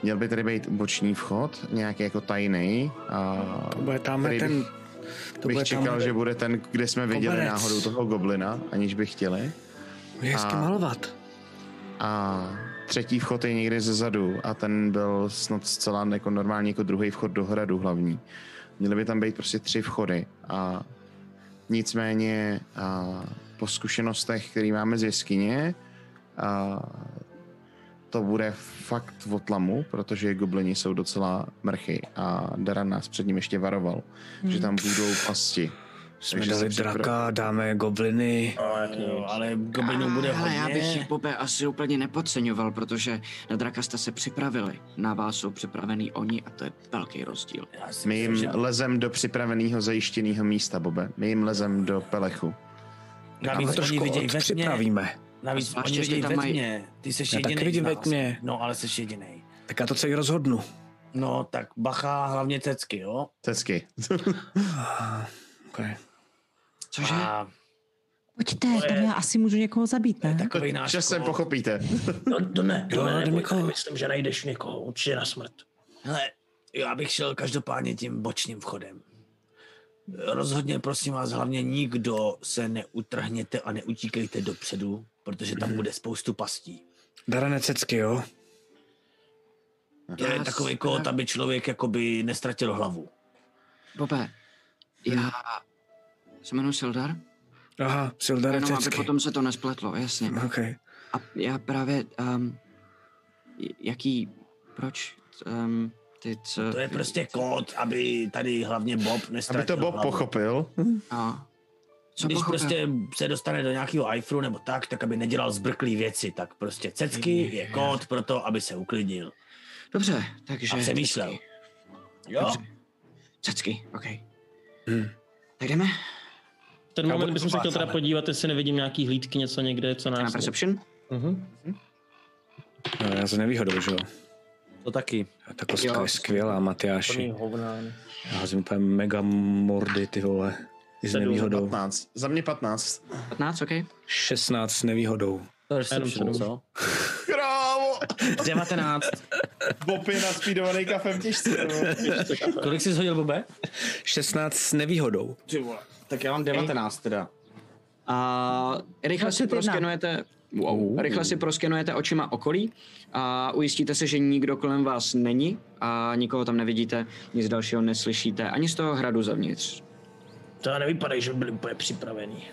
S6: Měl by tady být boční vchod, nějaký jako tajný. A
S11: To bude tam
S6: který
S11: ten-
S6: bych,
S11: to
S6: bych
S11: bude
S6: čekal,
S11: tam-
S6: že bude ten, kde jsme viděli
S11: Koberec.
S6: náhodou toho goblina, aniž by chtěli.
S11: Bude hezky malovat.
S6: A třetí vchod je někde zezadu a ten byl snad zcela jako normální jako druhý vchod do hradu hlavní. Měly by tam být prostě tři vchody a nicméně a po zkušenostech, které máme z jeskyně, a to bude fakt v otlamu, protože goblini jsou docela mrchy a Daran nás před ním ještě varoval,
S11: Hmm.
S6: že tam budou pasti.
S11: Jsme
S6: Takže
S11: dali
S6: se připra-
S11: draka, dáme gobliny.
S21: Jo, ale goblinů
S11: bude
S21: hodně.
S3: já bych ji Pope asi úplně nepodceňoval, protože na draka jste se připravili. Na vás jsou připravení oni a to je velký rozdíl.
S6: My jim lezem do připraveného zajištěného místa, Bobe. My jim lezem do pelechu.
S7: Navíc oni vidějí ve tmě. Navíc
S6: Zvláště,
S7: oni
S6: že
S7: vidějí
S6: tam
S7: ve
S6: mají-
S7: tmě. Ty jsi
S11: Já taky
S7: jediný
S11: vidím
S7: z
S11: ve
S7: nás.
S11: tmě.
S7: No, ale jsi jediný.
S11: Tak já to celý rozhodnu.
S7: No, tak bacha, hlavně tecky, jo?
S6: Tecky.
S11: okay.
S3: Cože?
S7: A
S10: Pojďte, tam já asi můžu někoho zabít, ne?
S7: takový náš
S6: Časem Jako, pochopíte.
S8: No, to ne, to
S7: Jo,
S8: ne,
S7: jdeme
S8: neboj, myslím, že najdeš někoho, určitě na smrt.
S7: hele, já bych šel každopádně tím bočním vchodem. Rozhodně, prosím vás, hlavně nikdo se neutrhněte a neutíkejte dopředu, protože tam
S8: Mhm.
S7: bude spoustu pastí.
S11: Darane cecky, jo?
S7: To je takový kód, aby člověk jakoby nestratil hlavu.
S3: Bobe, já se jmenuji Sildar.
S11: Aha, Sildar
S3: Jenom aby
S11: cecky.
S3: potom se to nespletlo, jasně.
S11: Okay.
S3: A já právě, um, jaký, proč, um, ty, co...
S7: To je prostě kód, aby tady hlavně Bob nestratil hlavu. Mhm.
S3: No. Co
S7: Co Když
S3: pochopil?
S7: prostě se dostane do nějakého iPhoneu nebo tak, tak aby nedělal zbrklý věci, tak prostě cecky je kód pro to, aby se uklidnil.
S3: Dobře, takže...
S7: A přemýšlel. Jo?
S3: Cecky, OK.
S7: Hmm.
S3: Tak jdeme?
S8: Ten
S3: Já
S8: moment
S3: budu
S8: bych se chtěl
S3: plácat.
S8: teda podívat, jestli nevidím nějaký hlídky, něco někde, co nás...
S3: perception?
S8: Mhm.
S11: No, já s nevýhodou, že jo?
S21: To taky.
S11: Ta kostka je skvělá, Matyáši.
S8: hovná. ne?
S11: Já jsem úplně mega mordy, ty vole. I s
S6: Sedm,
S11: nevýhodou.
S6: 15. Za mě 15.
S3: 15, OK.
S11: 16 s nevýhodou.
S6: perception,
S21: co?
S6: Krávo!
S3: 19.
S6: Bob je naspídovaný kafem těžce.
S21: Kolik jsi zhodil, Bobe?
S11: 16 s nevýhodou.
S21: Ty vole. Tak já mám 19 teda.
S3: A rychle si
S21: 21.
S3: proskenujete, wow, rychle si proskenujete očima okolí a ujistíte se, že nikdo kolem vás není a nikoho tam nevidíte, nic dalšího neslyšíte, ani z toho hradu zevnitř.
S8: To nevypadá, že by byli úplně připravení.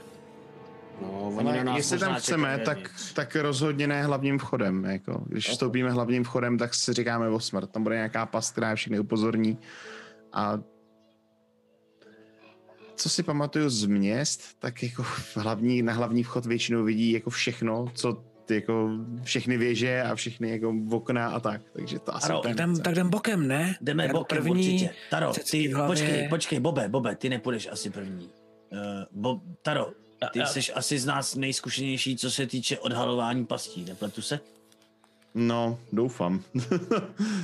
S21: No,
S6: Ale jestli tam chceme, tak, tak rozhodně ne hlavním vchodem. Jako. Když vstoupíme hlavním vchodem, tak si říkáme o smrt. Tam bude nějaká past, která je všechny upozorní. A co si pamatuju z měst, tak jako v hlavní, na hlavní vchod většinou vidí jako všechno, co ty jako všechny věže a všechny jako okna a tak. Takže to asi
S7: Ano,
S6: úplně
S11: Jdem,
S6: nechce.
S11: tak jdem bokem, ne?
S7: Jdeme
S11: Jako
S7: bokem určitě. Taro,
S11: cecky
S7: ty,
S11: v hlavě.
S7: počkej, počkej, Bobe, Bobe, ty nepůjdeš asi první. Uh, Bob, Taro, ty
S11: já-
S7: jsi asi z nás nejzkušenější, co se týče odhalování pastí, nepletu se?
S6: No, doufám.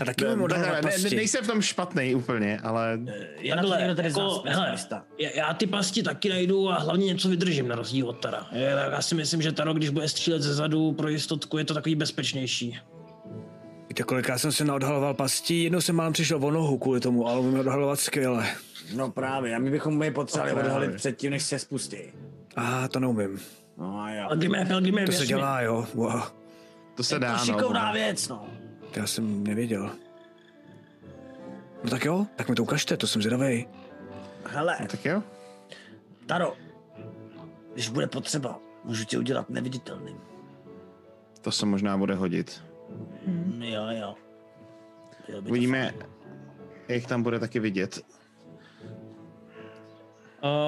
S11: A taky
S6: ne,
S11: mám odhalovat
S6: ne, ne,
S11: pasti.
S6: nejsem v tom špatný úplně, ale...
S7: Já na to Eh, někdo tady z nás
S8: jako, hele,
S7: místa.
S8: já, já ty pasti taky najdu a hlavně něco vydržím na rozdíl od Tara. Je, tak já si myslím, že Taro, když bude střílet ze zadu pro jistotku, je to takový bezpečnější.
S11: Víte, kolikrát jsem se naodhaloval pastí, jednou jsem málem přišel o nohu kvůli tomu, ale umím odhalovat skvěle.
S7: No právě, a my bychom je potřebovali
S11: Právě.
S7: odhalit předtím, než se spustí.
S11: A to neumím.
S7: No a jo.
S11: to se dělá, jo. Wow.
S6: To
S7: je to šikovná věc, no.
S11: To já jsem nevěděl. No tak jo, tak mi to ukažte, to jsem zvědavej.
S7: Hele,
S6: tak jo.
S7: Taro, když bude potřeba, můžu tě udělat neviditelným.
S6: To se možná bude hodit.
S7: Mm. Jo, jo. Bylo by to
S6: Uvidíme, jak tam bude taky vidět.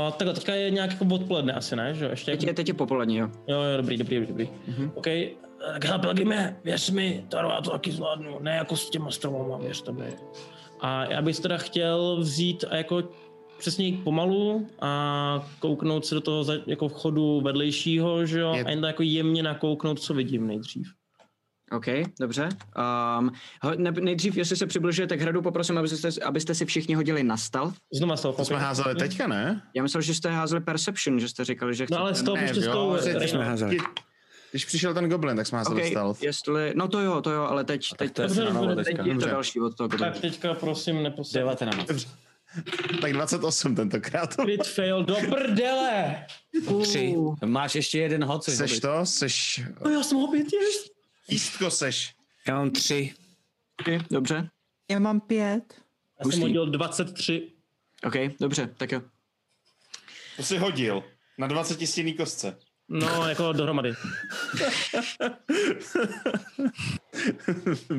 S8: Uh, takhle, teďka je nějak jako odpoledne asi, ne? Že? jo? Ještě jako
S3: Teď je, teď je popolední, jo.
S8: Jo, jo, dobrý, dobrý, dobrý. dobrý. Mm-hmm. OK, eh, tak hele, Pelgrime, věř mi, Taro, já to taky zvládnu. Ne jako s těma stromama, věřte mi. A já bych teda chtěl vzít a jako přesně jít pomalu a kouknout se do toho za- jako vchodu vedlejšího, že jo, a jen tak jako jemně nakouknout, co vidím nejdřív.
S3: OK, dobře. Um, ho- ne- nejdřív, jestli se přibližujete k hradu, poprosím, abyste, abyste si všichni hodili na stealth.
S8: Znova stealth.
S6: To jsme okay. házeli teďka, ne?
S8: No, prostě
S3: prostě Já myslel, že jste házeli perception, že jste říkali, že chcete.
S6: Ne, jo, že- ti- Když přišel ten goblin, tak jsme házeli
S3: Okej,
S6: okay. stealth.
S3: jestli, no to jo, to jo, ale teď, teď,
S6: to je
S3: teď,
S6: strana
S3: teď,
S6: teďka.
S3: je to
S6: Dobře.
S3: další od toho.
S8: Tak teďka prosím neposledně.
S22: 19.
S6: Tak 28 tentokrát.
S8: Crit fail do prdele.
S6: Tři.
S22: Máš ještě jeden hod,
S6: [laughs] Seš
S22: hobit.
S6: to? Seš...
S8: No já jsem hobbit, jež.
S6: Jistko seš.
S11: Já mám tři.
S3: Dobře.
S10: Já mám pět.
S3: Já jsem hodil
S8: 23.
S3: OK, dobře, tak jo.
S23: To jsi hodil. Na 20 stěný kostce.
S8: No, jako dohromady.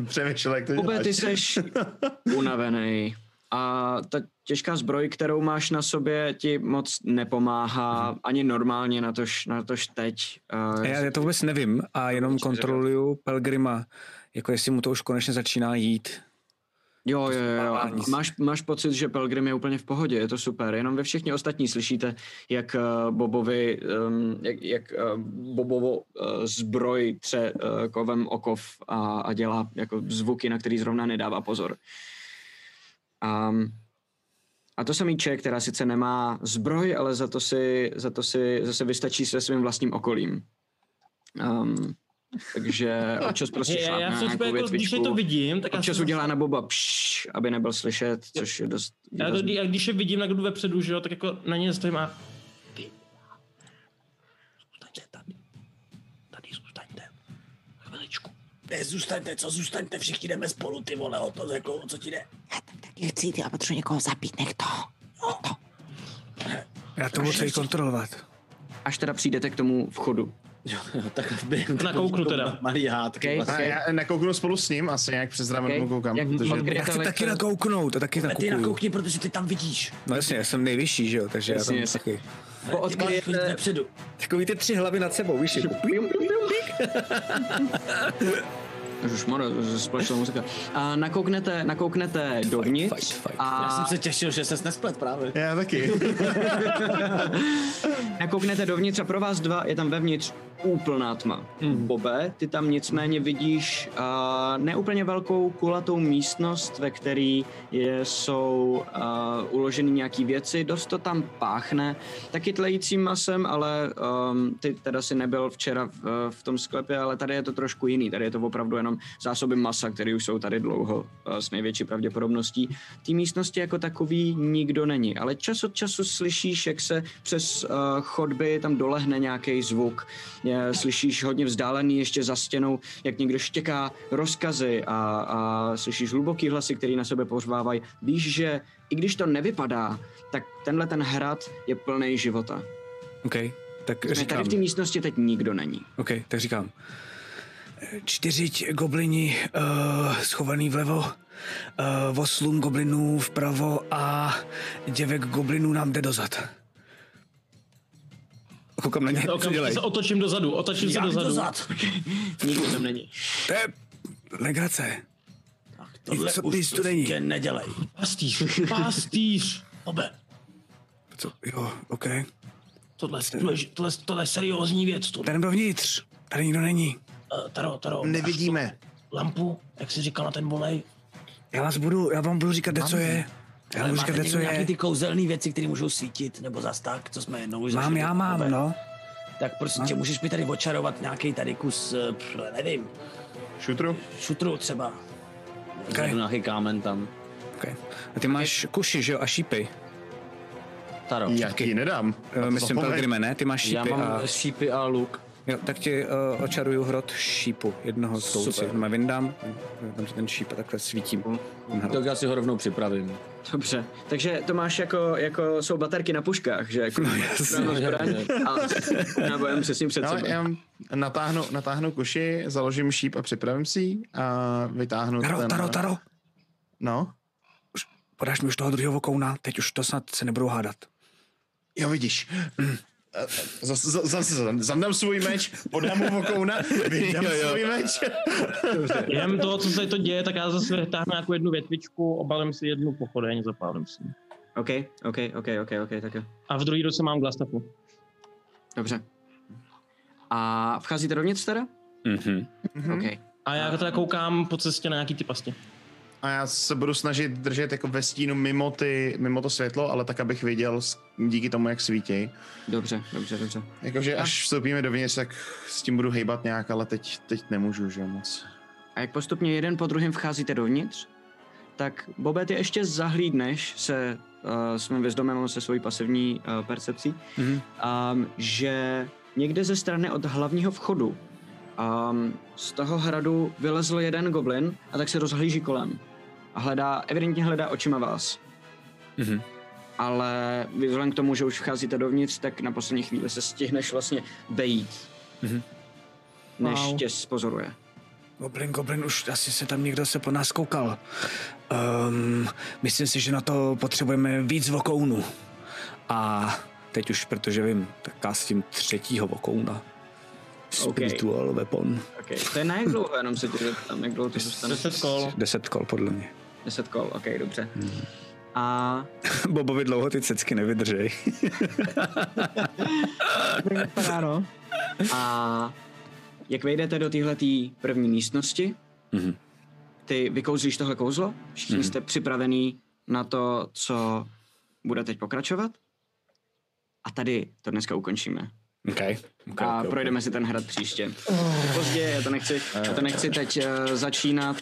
S6: Přemýšlel, jak to
S3: Ube,
S6: děláš.
S3: ty seš unavený. A ta těžká zbroj, kterou máš na sobě, ti moc nepomáhá ani normálně, natož, natož teď. Uh,
S11: No, Já, já to vůbec nevím a jenom kontroluju Pelgrima, jako jestli mu to už konečně začíná jít.
S3: Jo, jo, jo, jo. A Máš, máš pocit, že Pelgrim je úplně v pohodě, je to super. Jenom vy všichni ostatní slyšíte, jak eh, Bobovi, ehm, jak, jak eh, Bobovo eh, zbroj tře eh, kovem okov a, a dělá jako zvuky, na který zrovna nedává pozor. A, a to samíče, která sice nemá zbroj, ale za to si, za to si zase vystačí se svým vlastním okolím. Um, takže občas prostě
S8: Hej, já- já
S3: šlápne na
S8: jsem
S3: nějakou
S8: úplně jako, když je
S3: větvičku.
S8: to vidím, tak já
S3: občas
S8: jsem-
S3: udělá na Boba pš, aby nebyl slyšet, což je dost
S8: Já to,
S3: výrazný.
S8: a když je vidím, jak jdu vepředu, že jo, tak jako na ně stojím a... Vy, zůstaňte tady. Tady zůstaňte. Chviličku.
S7: Ne, zůstaňte, co zůstaňte, všichni jdeme spolu, ty vole, o to řekl, o co ti jde.
S24: Taky chci jít, já potřebuji někoho zabít, nech to.
S11: Já to musím kontrolovat.
S3: Až teda přijdete k tomu vchodu. Jo, tak během
S6: Nakouknu
S3: teda.
S22: Malý hádky.
S3: Okay,
S6: A
S3: okay.
S6: já nakouknu spolu s ním, asi nějak přes rameno
S3: Okej.
S6: mu koukám.
S3: Jak
S6: protože-
S11: Já chci taky nakouknout a taky
S7: Ty
S11: nakoukuju.
S7: nakoukni, protože ty tam vidíš.
S11: No jasně, já jsem nejvyšší, že jo, takže
S7: Jasně,
S11: já tam
S7: jasně.
S11: taky.
S3: Po
S7: odkryjete... Předu.
S11: Takový ty tři hlavy nad sebou, víš, jako pím, pím, pím,
S3: Žušmora, společná muzika. A nakouknete, nakouknete dovnitř a...
S22: Já jsem se těšil, že ses nesplet právě.
S6: Já taky.
S3: Nakouknete dovnitř a pro vás dva je tam vevnitř úplná tma. Bobe, ty tam nicméně vidíš uh, neúplně velkou kulatou místnost, ve které je, jsou uh, uloženy nějaké věci, dost to tam páchne, taky tlejícím masem, ale um, ty teda si nebyl včera v, v tom sklepě, ale tady je to trošku jiný, tady je to opravdu jenom zásoby masa, které už jsou tady dlouho uh, s největší pravděpodobností. V té místnosti jako takový nikdo není, ale čas od času slyšíš, jak se přes uh, chodby tam dolehne nějaký zvuk. Je, slyšíš hodně vzdálený ještě za stěnou, jak někdo štěká rozkazy a, a slyšíš hluboký hlasy, které na sebe pořvávají. Víš, že i když to nevypadá, tak tenhle ten hrad je plný života.
S11: OK, tak
S3: Jsme
S11: říkám.
S3: Tady v té místnosti teď nikdo není.
S11: OK, tak říkám. Čtyři t- goblini uh, schovaný vlevo, uh, oslům goblinů vpravo a děvek goblinů nám jde dozad. Koukám na ně, co
S8: Okamžitě
S11: dělají.
S8: se otočím dozadu, otočím se
S11: Jak
S8: dozadu.
S11: dozad?
S8: Nikdo tam není.
S11: To je legrace.
S7: Tohle
S11: Co-
S7: už
S11: nic tu není.
S7: prostě nedělej. [laughs]
S8: Pastýř, pastýř.
S7: Obe,
S11: Co? Jo, OK.
S25: Tohle, tohle, tohle, tohle je seriózní věc. To,
S11: Jdem dovnitř, tady nikdo není.
S25: eh, taro, taro,
S11: Nevidíme.
S25: lampu, jak jsi říkal na ten volej.
S11: Já vás budu, já vám budu říkat, kde co je. Já vám
S25: Ale
S11: budu
S25: máte
S11: říkat, kde
S25: někdo
S11: co
S25: nějaký
S11: je.
S7: ty kouzelné věci, které můžou svítit, nebo zas tak, co jsme jednou už
S11: Mám,
S7: zažili.
S11: já mám, no.
S7: Tak prostě
S11: Mám.
S7: můžeš mi tady očarovat nějaký tady kus, eh, pff, nevím.
S6: Šutru?
S7: Šutru třeba. Eh.
S11: Okay.
S22: Nějaký kámen tam.
S11: Okay. A ty máš kuši, že jo, a šípy.
S22: Taro.
S6: Já ti ji nedám.
S11: Uh, myslím,
S6: zapomeň.
S11: Pelgrime, ne? Ty máš šípy
S22: Já mám
S11: a...
S22: šípy a luk.
S11: Jo, tak ti uh, očaruju hrot šípu, jednoho z touci.
S22: Super.
S11: Má vyndám, tam si ten šíp a takhle svítím. Ten hrot.
S22: Tak já si ho rovnou připravím.
S3: Dobře, takže to máš jako, jako jsou baterky na puškách, že? Jako, no,
S22: jasně.
S3: a [laughs] nebo jen přesně před
S4: No,
S6: Ale
S3: sebou.
S6: No, já natáhnu, natáhnu koši, založím šíp a připravím si ji a vytáhnu
S11: Taro,
S6: ten...
S11: Taro, Taro.
S6: No?
S11: Podáš mi už toho druhého kouna, teď už to snad se nebudou hádat.
S6: Jo, vidíš. Zase za, za, za, zamdám svůj meč, podám mu vokouna, vydám
S8: Jo, jo.
S6: svůj meč.
S8: Během toho, co se to děje, tak já zase vytáhnu nějakou jednu větvičku, obalím si jednu pochodeň, zapálím si. ji.
S3: OK, OK, OK, OK, OK, tak jo.
S8: A v druhý roce mám glastafu.
S3: Dobře. A vcházíte dovnitř teda?
S11: Mhm.
S3: Mm-hmm. OK.
S8: A já teda koukám po cestě na nějaký ty pasti.
S4: A já se budu snažit držet jako ve stínu mimo, ty, mimo to světlo, ale tak, abych viděl s- díky tomu, jak svítí.
S3: Dobře, dobře, dobře.
S4: Jakože až vstoupíme dovnitř, tak s tím budu hejbat nějak, ale teď, teď nemůžu, že jo, moc.
S3: A jak postupně jeden po druhém vcházíte dovnitř, tak Bobe, ty ještě zahlídneš se uh, svým vězdomem a se svojí pasivní uh, percepcí,
S11: Mhm.
S3: um, že někde ze strany od hlavního vchodu um, z toho hradu vylezl jeden goblin a tak se rozhlíží kolem. A hledá, evidentně hledá očima vás.
S11: Mhm.
S3: Ale vzhledem k tomu, že už vcházíte dovnitř, tak na poslední chvíli se stihneš vlastně bejít,
S11: Mhm.
S3: než
S11: Wow.
S3: tě spozoruje.
S11: Goblin, Goblin, už asi se tam někdo se po nás koukal. Um, myslím si, že na to potřebujeme víc vokounů. A teď už, protože vím, tak já s tím třetího vokouna. Spiritual weapon.
S3: Okay. To je na jak dlouho, jenom se tě zeptám, jak dlouho to zůstane? 10 kol.
S11: Deset kol, podle mě.
S3: 10 kol, ok, dobře. A...
S11: [laughs] Bobovi dlouho ty cecky nevydržej.
S10: no.
S3: Ano. A jak vejdete do téhletý první místnosti,
S11: Mhm.
S3: ty vykouzlíš tohle kouzlo, všichni
S11: Mhm.
S3: jste připravený na to, co bude teď pokračovat. A tady to dneska ukončíme.
S11: Okay.
S3: Okay, a okay, projdeme si ten hrad příště.
S11: Oh.
S3: Pozdě, já to nechci, já to nechci teď uh, začínat,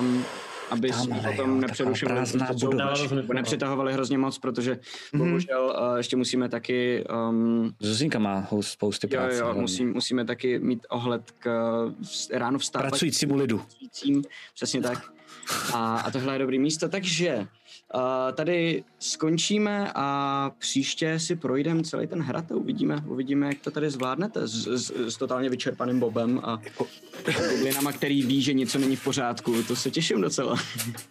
S3: um, aby jsme potom nepřerušovali,
S11: prázdná
S3: tu
S11: budova. Mhm.
S3: soutěž, nebo nepřetahovali hrozně moc, protože bohužel uh, ještě musíme taky um,
S11: Zuzinka má hou- spousty
S3: jo,
S11: práce.
S3: jo,
S11: hlavně.
S3: musím, musíme taky mít ohled k vst- ráno vstávat.
S11: Pracujícímu lidu.
S3: Pracujícím, přesně tak. A, a tohle je dobrý místo, takže uh, tady skončíme a příště si projdeme celý ten hrad a uvidíme, uvidíme jak to tady zvládnete s, s, s totálně vyčerpaným Bobem a bublinama, který ví, že něco není v pořádku. To se těším docela.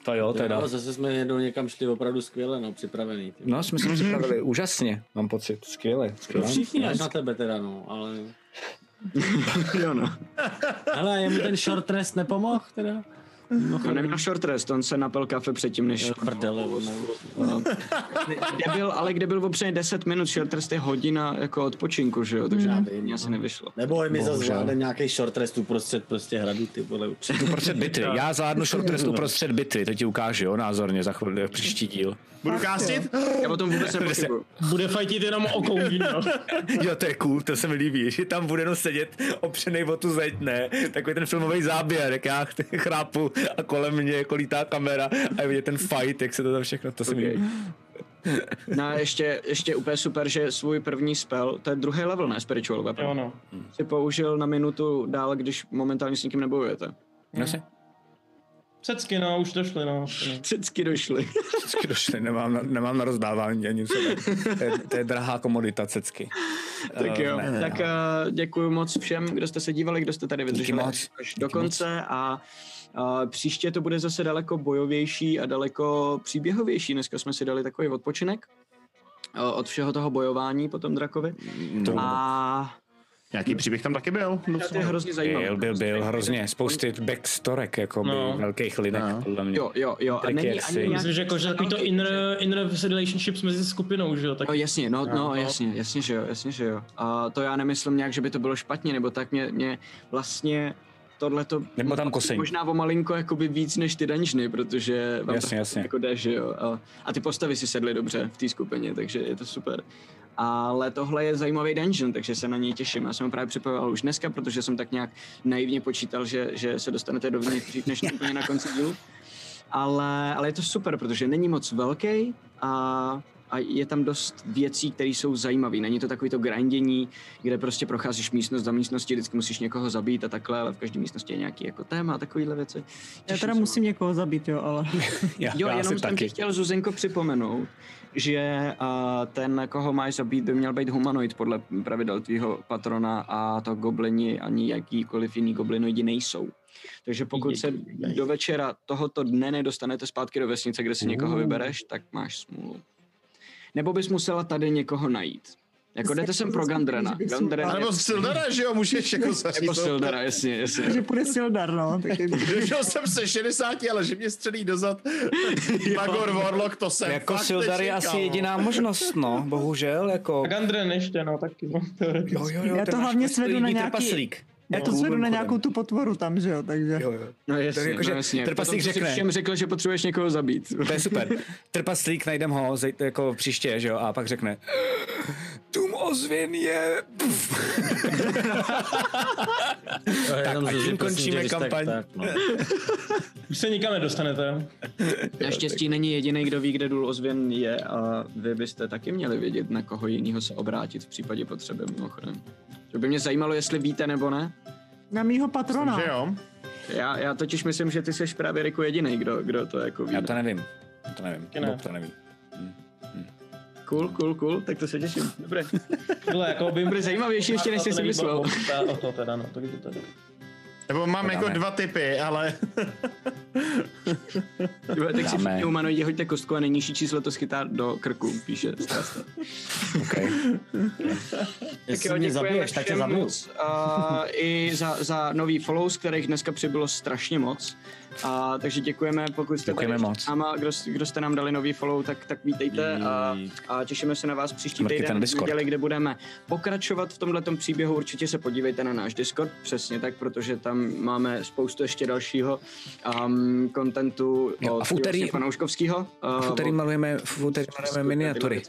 S11: To jo,
S3: teda.
S12: Jo, zase jsme jednou někam šli opravdu skvěle, no, připravený. Ty.
S11: No, jsme se připravili úžasně, mám pocit. Skvěle.
S12: No,
S11: skvěle.
S12: všichni až na tebe teda, no, ale...
S3: [laughs] jo, no.
S12: Hele, jemu ten short rest nepomohl teda?
S3: No, neměl short rest, on se napil kafe předtím, než...
S12: Prdele,
S3: Kde byl, ale kde byl opřejmě 10 minut, short rest je hodina jako odpočinku, že jo, takže
S12: Mhm.
S3: mm. mě asi nevyšlo.
S12: Nebo je mi zase
S3: Bohužel.
S12: zvládne nějaký short rest uprostřed prostě hradu, ty vole, [laughs] určitě.
S11: Uprostřed bitvy. Já zvládnu short rest uprostřed bitvy, to ti ukážu, jo, názorně, za chvíli, příští díl.
S4: Budu kástit?
S3: Já o tom vůbec nepochybuju.
S11: Bude fajtit jenom okou,
S8: jo.
S11: [laughs] jo, to je cool, to se mi líbí, že tam bude jenom sedět opřenej o tu zeď, ne? Takový ten filmový záběr, jak já [laughs] chrápu a kolem mě kolítá kamera a je vidět ten fight, jak se to tam všechno, to se mi líbí.
S3: No a ještě, ještě úplně super, že svůj první spell, to je druhý level, ne spiritual weapon,
S11: Jo, no.
S3: si použil na minutu dál, když momentálně s nikým nebojujete.
S11: Jasně.
S8: Cecky, no, už došli, no. už to ne.
S3: Vždycky
S11: [laughs]
S3: došli.
S11: Vždycky došli, nemám, na- nemám na rozdávání ani co. ne. To je, to je drahá komodita cecky.
S3: Tak
S11: Eh,
S3: jo,
S11: ne, ne,
S3: tak
S11: ne.
S3: eh, děkuji moc všem, kdo jste se dívali, kdo jste tady vydrželi až až do konce a eh, příště to bude zase daleko bojovější a daleko příběhovější. Dneska jsme si dali takový odpočinek eh, od všeho toho bojování po tom drakovi.
S4: To-
S3: A
S4: Nějaký příběh tam taky byl?
S3: to je hrozně zajímavé.
S11: Byl, byl, byl, hrozně. Spousty backstorek, jako
S8: No.
S11: no. velkých linek, no. podle mě.
S3: Jo, jo, jo. A není ani nějak-
S8: Myslím, že jako, že takový to inner, inner relationships mezi skupinou, že jo? Tak...
S3: No jasně, no, no jasně, jasně, že jo, jasně, že jo. A to já nemyslím nějak, že by to bylo špatně, nebo tak mě, mě vlastně tohle to
S11: Nebo tam koseň.
S3: možná o malinko jakoby víc než ty dungeony, protože vám
S11: Jasně,
S3: to
S11: jasně.
S3: jako jde, že jo. A, a ty postavy si sedly dobře v té skupině, takže je to super. Ale tohle je zajímavý dungeon, takže se na něj těším. Já jsem ho právě připravoval už dneska, protože jsem tak nějak naivně počítal, že, že se dostanete dovnitř dřív než úplně na konci dílu ale, ale je to super, protože není moc velký a, a je tam dost věcí, které jsou zajímavé. Není to takový to grindění, kde prostě procházíš místnost za místností, vždycky musíš někoho zabít a takhle, ale v každé místnosti je nějaký jako téma a takovéhle věci.
S10: Já teda musím někoho zabít, jo, [laughs] ale...
S3: jo, jenom jsem ti chtěl, Zuzenko, připomenout, že uh, ten, koho máš zabít, by měl být humanoid podle pravidel tvýho patrona a to goblini ani jakýkoliv jiný goblinoidi nejsou. Takže pokud se do večera tohoto dne nedostanete zpátky do vesnice, kde si někoho
S11: Uh.
S3: vybereš, tak máš smůlu. Nebo bys musela tady někoho najít. Jako jdete sem pro Gandrena. Gandren je-
S6: Nebo Sildara, že jo, [laughs] můžeš jako zařídit.
S3: Nebo Sildara, jasně, jasně.
S10: Že půjde Sildar, no. Tak je...
S6: Došel jsem se 60, ale že mě střelí [laughs] dozad Magor Warlock, to jsem
S11: Jako
S6: fakt
S11: Sildar je
S6: nečekal.
S11: asi jediná možnost, no, bohužel, jako...
S8: Tak Andren ještě, no, taky, no, teoreticky.
S11: Jo, jo, jo,
S10: Já
S11: ten
S10: to
S11: máš
S10: hlavně
S11: prostě
S10: svedu na
S11: líný
S10: nějaký...
S11: trpaslík.
S10: Já to zvedu na nějakou tu potvoru tam, že jo, takže.
S11: Jo, jo.
S3: No jasně,
S11: To je jako,
S3: jako,
S11: že
S3: no jasně.
S11: trpaslík
S3: Potom si
S11: řekne.
S3: Všem řekl, že potřebuješ někoho zabít.
S11: To je super. Trpaslík, najdem ho zej- jako příště, že jo, a pak řekne Dům ozvěn je...
S7: Tak
S11: a tím končíme kampaň.
S8: Už se nikam nedostanete.
S3: Naštěstí není jediný, kdo ví, kde důl ozvěn je a vy byste taky měli vědět, na koho jiného se obrátit v případě potřeby mimochodem. To by mě zajímalo, jestli víte nebo ne.
S10: Na mýho patrona.
S3: Myslím, že Já, já totiž myslím, že ty jsi právě Riku jediný, kdo, kdo to jako ví. Já to
S11: nevím. To nevím.
S8: ne. Bob
S11: to neví.
S3: Cool, cool, cool, tak to se těším. Dobré.
S8: Tohle jako
S3: [laughs]
S8: by...
S3: Bude zajímavější ještě, než
S8: To
S3: jsi si
S8: neví
S3: myslel.
S8: Bob- Bob- ta- O to teda, no, to vidíte.
S6: Nebo mám
S8: Podáme.
S6: jako dva typy, ale...
S3: Tyba, tak si
S6: Dáme.
S3: všichni humanoidi hoďte kostku a nejnižší číslo to schytá do krku, píše Strasta. Tak
S7: Jestli
S3: jo,
S7: mě
S3: děkujeme
S7: zabiješ, tak tě
S3: všem
S7: zabiju.
S3: moc a i za, za nový follows, kterých dneska přibylo strašně moc. A, takže děkujeme, pokud jste
S11: Děkujeme
S3: tady
S11: moc.
S3: s náma, kdo, kdo, jste nám dali nový follow, tak, tak vítejte a, a, těšíme se na vás příští
S11: Mrkněte
S3: týden
S11: na
S3: v
S11: Discord.
S3: neděli, kde budeme pokračovat v tomhletom příběhu. Určitě se podívejte na náš Discord, přesně tak, protože tam máme spoustu ještě dalšího um, kontentu
S11: Jo, a v úterý-
S3: fanouškovského.
S11: V úterý malujeme, v úterý malujeme miniatury.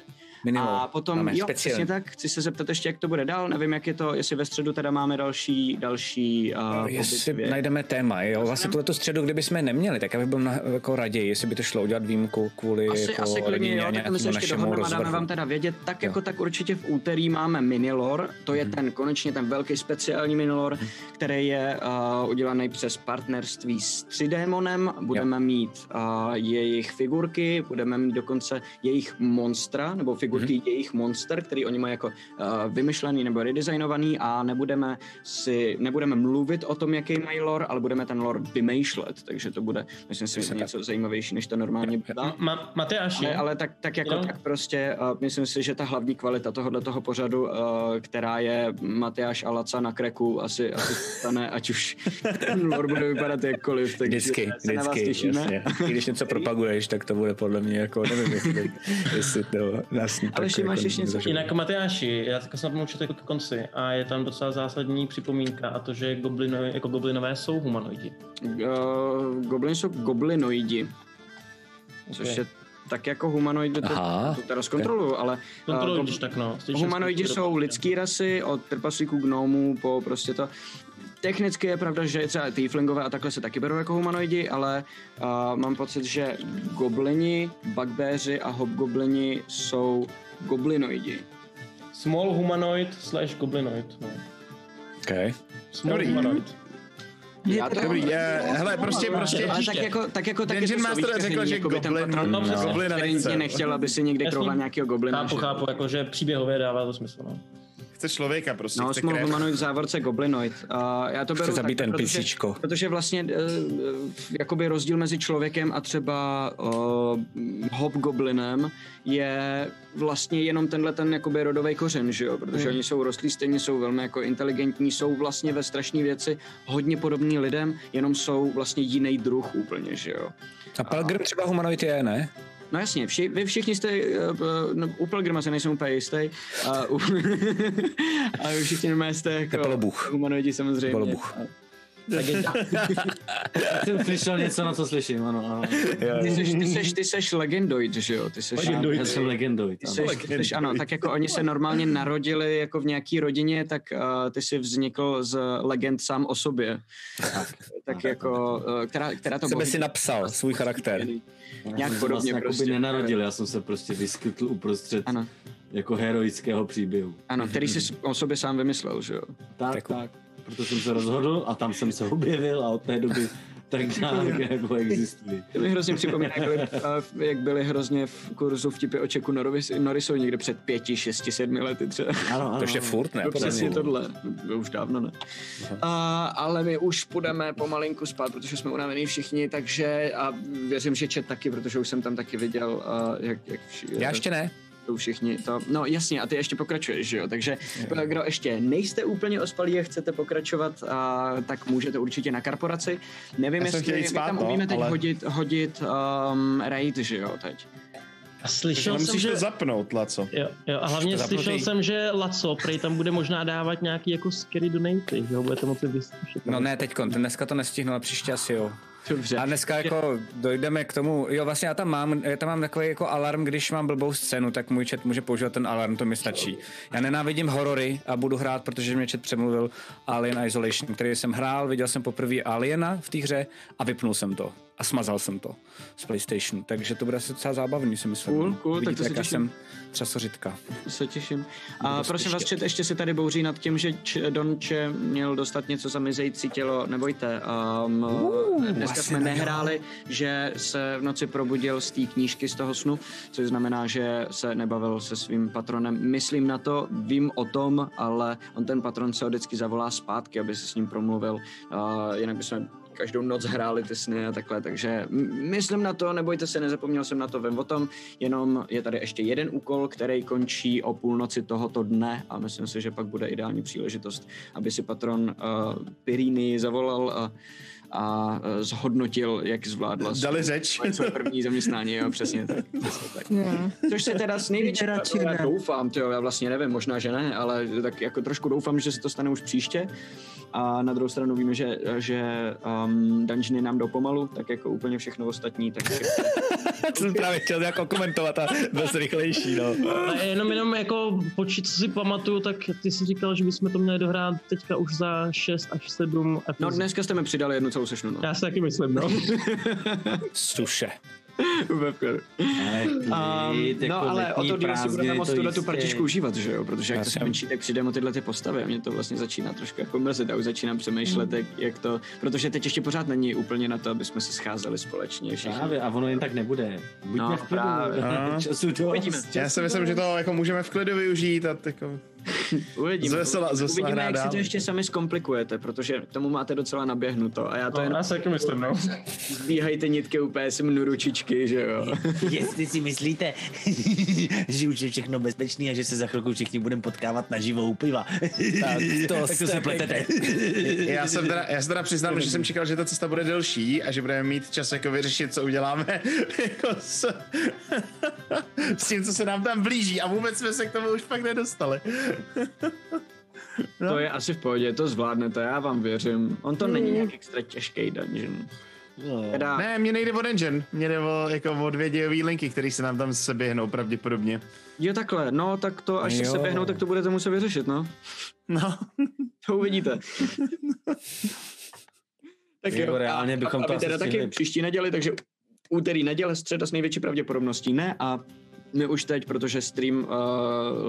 S11: Minimum.
S3: A potom,
S11: Máme
S3: jo,
S11: speciální.
S3: přesně tak, chci se zeptat ještě, jak to bude dál, nevím, jak je to, jestli ve středu teda máme další, další uh,
S11: No,
S3: no,
S11: jestli najdeme téma, jo. Vlastně tuhle středu, kdybychom je neměli, tak já bych byl na, jako raději, jestli by to šlo udělat výjimku kvůli
S3: asi,
S11: jako
S3: asi klidně,
S11: rodině
S3: jo, tak
S11: a
S3: my se
S11: nějakému
S3: ještě
S11: našemu
S3: dohodneme a dáme
S11: rozvrhu.
S3: vám teda vědět, tak jako tak určitě v úterý máme Minilor, to
S11: Mhm.
S3: je ten konečně ten velký speciální Minilor, který je uh, udělaný přes partnerství s 3Démonem, budeme mít uh, jejich figurky, budeme mít dokonce jejich monstra, nebo
S11: Mhm.
S3: figurky jejich monster, který oni mají jako uh, vymyšlený nebo redesignovaný a nebudeme si, nebudeme mluvit o tom, jaký mají lore, ale budeme ten lore vymýšlet, takže to bude, myslím si, něco zajímavější, než to normálně bývá.
S8: Ma- Matyáši,
S3: Ale, ale tak, tak jako
S8: Jo.
S3: tak prostě, uh, myslím si, že ta hlavní kvalita tohohle toho pořadu, uh, která je Matyáš a Laca na kreku, asi, asi stane, ať už ten lore bude vypadat jakkoliv. Takže
S11: Vždycky,
S3: se na vás
S11: vždycky,
S3: těšíme.
S11: jasně. [laughs] I když něco propaguješ, tak to bude podle mě jako,
S3: [laughs]
S11: nevím, jestli, jestli to nás tak jako nezažene.
S8: Jinak Matyáši, já tak snad mluvím jako ke konci a je tam docela zásadní připomínka a to, že goblinové, jako goblinové jsou humanoidi.
S3: Uh, goblin jsou goblinoidi, což
S8: Ok.
S3: je tak jako humanoidy, to,
S8: Aha,
S3: to teda zkontroluju, ale
S8: Kontroluj,
S3: eh,
S8: když tak, no. Slyšel jsem
S3: humanoidi
S8: to, že-
S3: jsou
S6: no.
S3: lidský rasy, od trpaslíků gnomů po prostě to. Technicky je pravda, že třeba tieflingové a takhle se taky berou jako humanoidi, ale uh, mám pocit, že goblini, bugbeři a hobgoblini jsou goblinoidi.
S8: Small humanoid slash goblinoid. No.
S11: Okay.
S8: Small
S6: Dobrý.
S8: humanoid.
S3: Já to
S6: [laughs] Dobrý, eh, hele, prostě, prostě.
S3: Ale tak jako, tak jako tak
S6: Dungeon Master řekl, že goblin, no, goblin
S3: Mě nechtěl, aby si někde
S8: Jasný.
S3: krouhla nějakého goblina.
S8: Chápu,
S3: že-
S8: chápu, jako, že příběhově dává to smysl, no.
S6: Chce člověka prostě,
S3: No,
S6: chce
S3: small
S6: krev.
S3: humanoid v závorce goblinoid. Uh, já to beru
S11: Chce zabít
S3: tak,
S11: ten
S3: protože-
S11: pisíčko.
S3: Protože vlastně uh, jakoby rozdíl mezi člověkem a třeba uh, hobgoblinem je vlastně jenom tenhle ten jakoby rodový kořen, že jo? Protože
S11: Hmm.
S8: Mm.
S3: oni jsou rostlí stejně, jsou velmi jako inteligentní, jsou vlastně ve strašné věci hodně podobní lidem, jenom jsou vlastně jiný druh úplně, že jo?
S11: A Pelgrim třeba humanoid je, ne?
S3: No jasně, vši, vy všichni jste, uh, no, u Pelgrima se nejsem úplně jistý, a, u, [laughs] a vy všichni normálně jste jako humanoidi samozřejmě. Polobuch.
S7: Tak je-
S3: [laughs]
S7: Jsem slyšel něco, na co slyším, ano, ano.
S3: Ty seš, ty, seš, ty seš legendoid, že jo? Ty seš,
S7: Legendoid. Já jsem legendoid,
S3: Ty
S7: ano.
S3: seš, ty seš, ano, tak jako oni se normálně narodili jako v nějaký rodině, tak uh, ty si vznikl z legend sám o sobě. tak jako, uh, která, která to
S11: Sebe
S3: bohyně-
S11: si napsal svůj charakter.
S3: Nějak
S7: jsem se
S3: podobně
S7: vlastně
S3: prostě.
S7: prostě. nenarodil, já jsem se prostě vyskytl uprostřed ano. jako heroického příběhu.
S11: Mhm.
S3: Ano, který si o sobě sám vymyslel, že jo?
S7: Tak, tak, tak. Proto jsem se rozhodl a tam jsem se objevil a od té doby tak
S26: [laughs]
S7: nějak jako existuji.
S3: To mi hrozně připomíná, jak byly, eh, jak byly hrozně v kurzu vtipy o Čeku Norris, Norrisu někde před pěti, šesti, sedmi lety třeba.
S7: Ano, ano,
S11: To Mhm. ještě ano. furt ne,
S3: No,
S11: podle
S3: přesně
S11: mě.
S3: tohle. No, Už dávno ne. A, ale my už půjdeme pomalinku spát, protože jsme unavení všichni, takže a věřím, že čet taky, protože už jsem tam taky viděl, a, jak, jak vši,
S11: Já ještě ne.
S3: to všichni to, no jasně, a ty ještě pokračuješ, že jo, takže eh, kdo ještě nejste úplně ospalí a chcete pokračovat, a, tak můžete určitě na korporaci. Nevím,
S6: Já jsem chtěl
S3: jestli
S6: jít no,
S3: my
S6: spát,
S3: tam
S6: no,
S3: umíme teď
S6: ale-
S3: hodit, hodit um, raid, že jo, teď.
S5: A slyšel
S6: Ale
S5: jsem,
S6: musíš
S5: že...
S6: to zapnout, Laco.
S5: Jo, jo, a hlavně slyšel jsem, že Laco prej tam bude možná dávat nějaký jako scary donaty, že ho budete moci vyzkoušet.
S11: No ne, teď dneska to nestihnu, ale příště asi jo. Dobře. A dneska jako dojdeme k tomu, jo vlastně já tam mám, já tam mám takový jako alarm, když mám blbou scénu, tak můj chat může používat ten alarm, to mi stačí. Já nenávidím horory a budu hrát, protože mě chat přemluvil Alien Isolation, který jsem hrál, viděl jsem poprvé Aliena v té hře a vypnul jsem to a smazal jsem to z PlayStation, takže to bude asi docela zábavný, si myslím.
S3: Cool, cool, tak to
S11: Uvidíte,
S3: se
S11: jaká
S3: těším.
S11: jsem třasořitka.
S3: [laughs] se těším. A
S11: Budu
S3: prosím vás,
S11: spíš
S3: čet, ještě se tady bouří nad tím, že Č- Donče měl dostat něco za mizející tělo, nebojte. Um, dneska
S2: asi
S3: jsme
S2: ne, jo.
S3: nehráli, že se v noci probudil z té knížky, z toho snu, což znamená, že se nebavil se svým patronem. Myslím na to, vím o tom, ale on ten patron se ho vždycky zavolá zpátky, aby se s ním promluvil. Uh, jinak bychom každou noc hráli ty sny a takhle, takže m- myslím na to, nebojte se, nezapomněl jsem na to, vím o tom, jenom je tady ještě jeden úkol, který končí o půlnoci tohoto dne a myslím si, že pak bude ideální příležitost, aby si patron uh, Pirini zavolal a, a eh, zhodnotil, jak zvládla
S6: Dali řeč.
S3: své první zaměstnání, jo, přesně tak. Což se teda s největší já doufám, tyjo, já vlastně nevím, možná, že ne, ale tak jako trošku doufám, že se to stane už příště. A na druhou stranu víme, že, že um, dungeony nám jdou pomalu, tak jako úplně všechno ostatní, tak
S11: jsem právě chtěl jako komentovat a bez rychlejší, no.
S5: Ale jenom, jenom jako počít, co si pamatuju, tak ty jsi říkal, že bychom to měli dohrát teďka už za 6 až 7 epizod.
S3: No dneska jste mi přidali jednu celou sešnu, no.
S5: Já si taky myslím, no.
S11: Suše.
S3: Um, no
S12: jako
S3: ale o to díl si budeme moc tuhle tu partičku užívat, že jo? Protože jak to
S2: Jasně.
S3: skončí, tak přijdeme o tyhle ty postavy a mě to vlastně začíná trošku jako mrzit a už začínám přemýšlet,
S12: Hmm.
S3: jak, jak to, protože teď ještě pořád není úplně na to, aby jsme se scházeli společně všichni.
S12: Právě, a ono jen tak nebude. Buďme
S3: No,
S12: v klidu.
S3: právě.
S26: [laughs]
S12: No. Času dost.
S3: Uvidíme.
S6: Já si myslím, že to jako můžeme v klidu využít a jako...
S3: Uvidíme,
S6: Zvesela, zvesela
S3: Uvidíme
S6: hrá
S3: jak si
S6: dál.
S3: to ještě sami zkomplikujete, protože k tomu máte docela naběhnuto a já to
S5: No,
S3: jenom...
S5: já si taky myslím,
S3: [laughs]
S5: no.
S3: Zbíhajte nitky úplně, si mnu ručičky, že jo.
S26: Jestli si myslíte, [laughs] že už je všechno bezpečný a že se za chvilku všichni budeme potkávat na živou u piva.
S4: Tak
S26: [laughs]
S4: to
S26: tak to
S4: jste
S26: se pletete.
S4: Já jsem teda, já se teda přiznám, že jsem čekal, že ta cesta bude delší a že budeme mít čas jako vyřešit, co uděláme [laughs] jako s, [laughs] s tím, co se nám tam blíží a vůbec jsme se k tomu už pak nedostali. [laughs]
S3: To je asi v pohodě, to zvládnete, já vám věřím. On to není
S4: Mm.
S3: nějak extra těžký dungeon.
S4: Teda... Ne, mě nejde o dungeon, mě jde o, jako o dvě dějové linky, které se nám tam seběhnou pravděpodobně.
S3: Jo takhle, no tak to až se
S4: Jo.
S3: běhnou, tak to budete muset vyřešit, no.
S4: No.
S3: [laughs] To uvidíte. [laughs] tak
S12: Jako
S3: jo,
S12: reálně
S3: a-
S12: bychom
S3: a,
S12: to
S3: a vy
S12: asi
S3: teda taky
S12: stihli.
S3: příští neděli, takže úterý neděle, středa s největší pravděpodobností ne a my už teď, protože stream uh,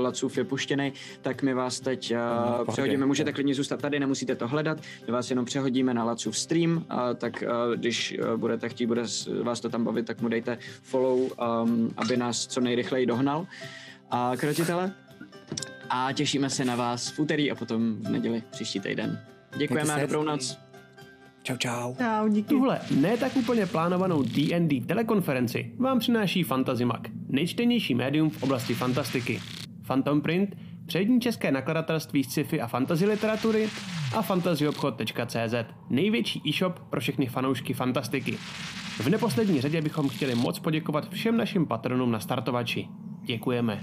S3: Lacův je puštěný, tak my vás teď uh,
S12: No,
S2: pohodě.
S3: přehodíme. Můžete klidně zůstat tady, nemusíte to hledat. My vás jenom přehodíme na Lacův stream, a tak uh, když uh, budete chtít, bude s- vás to tam bavit, tak mu dejte follow, um, aby nás co nejrychleji dohnal. A krotitele? A těšíme se na vás v úterý a potom v neděli příští týden. Děkujeme a dobrou noc.
S11: Čau, čau.
S1: Čau, díky. Tuhle ne tak úplně plánovanou D&D telekonferenci vám přináší Fantazimak, nejčtenější médium v oblasti fantastiky. Phantom Print, přední české nakladatelství sci-fi a fantasy literatury a fantazyobchod.cz, největší e-shop pro všechny fanoušky fantastiky. V neposlední řadě bychom chtěli moc poděkovat všem našim patronům na startovači. Děkujeme.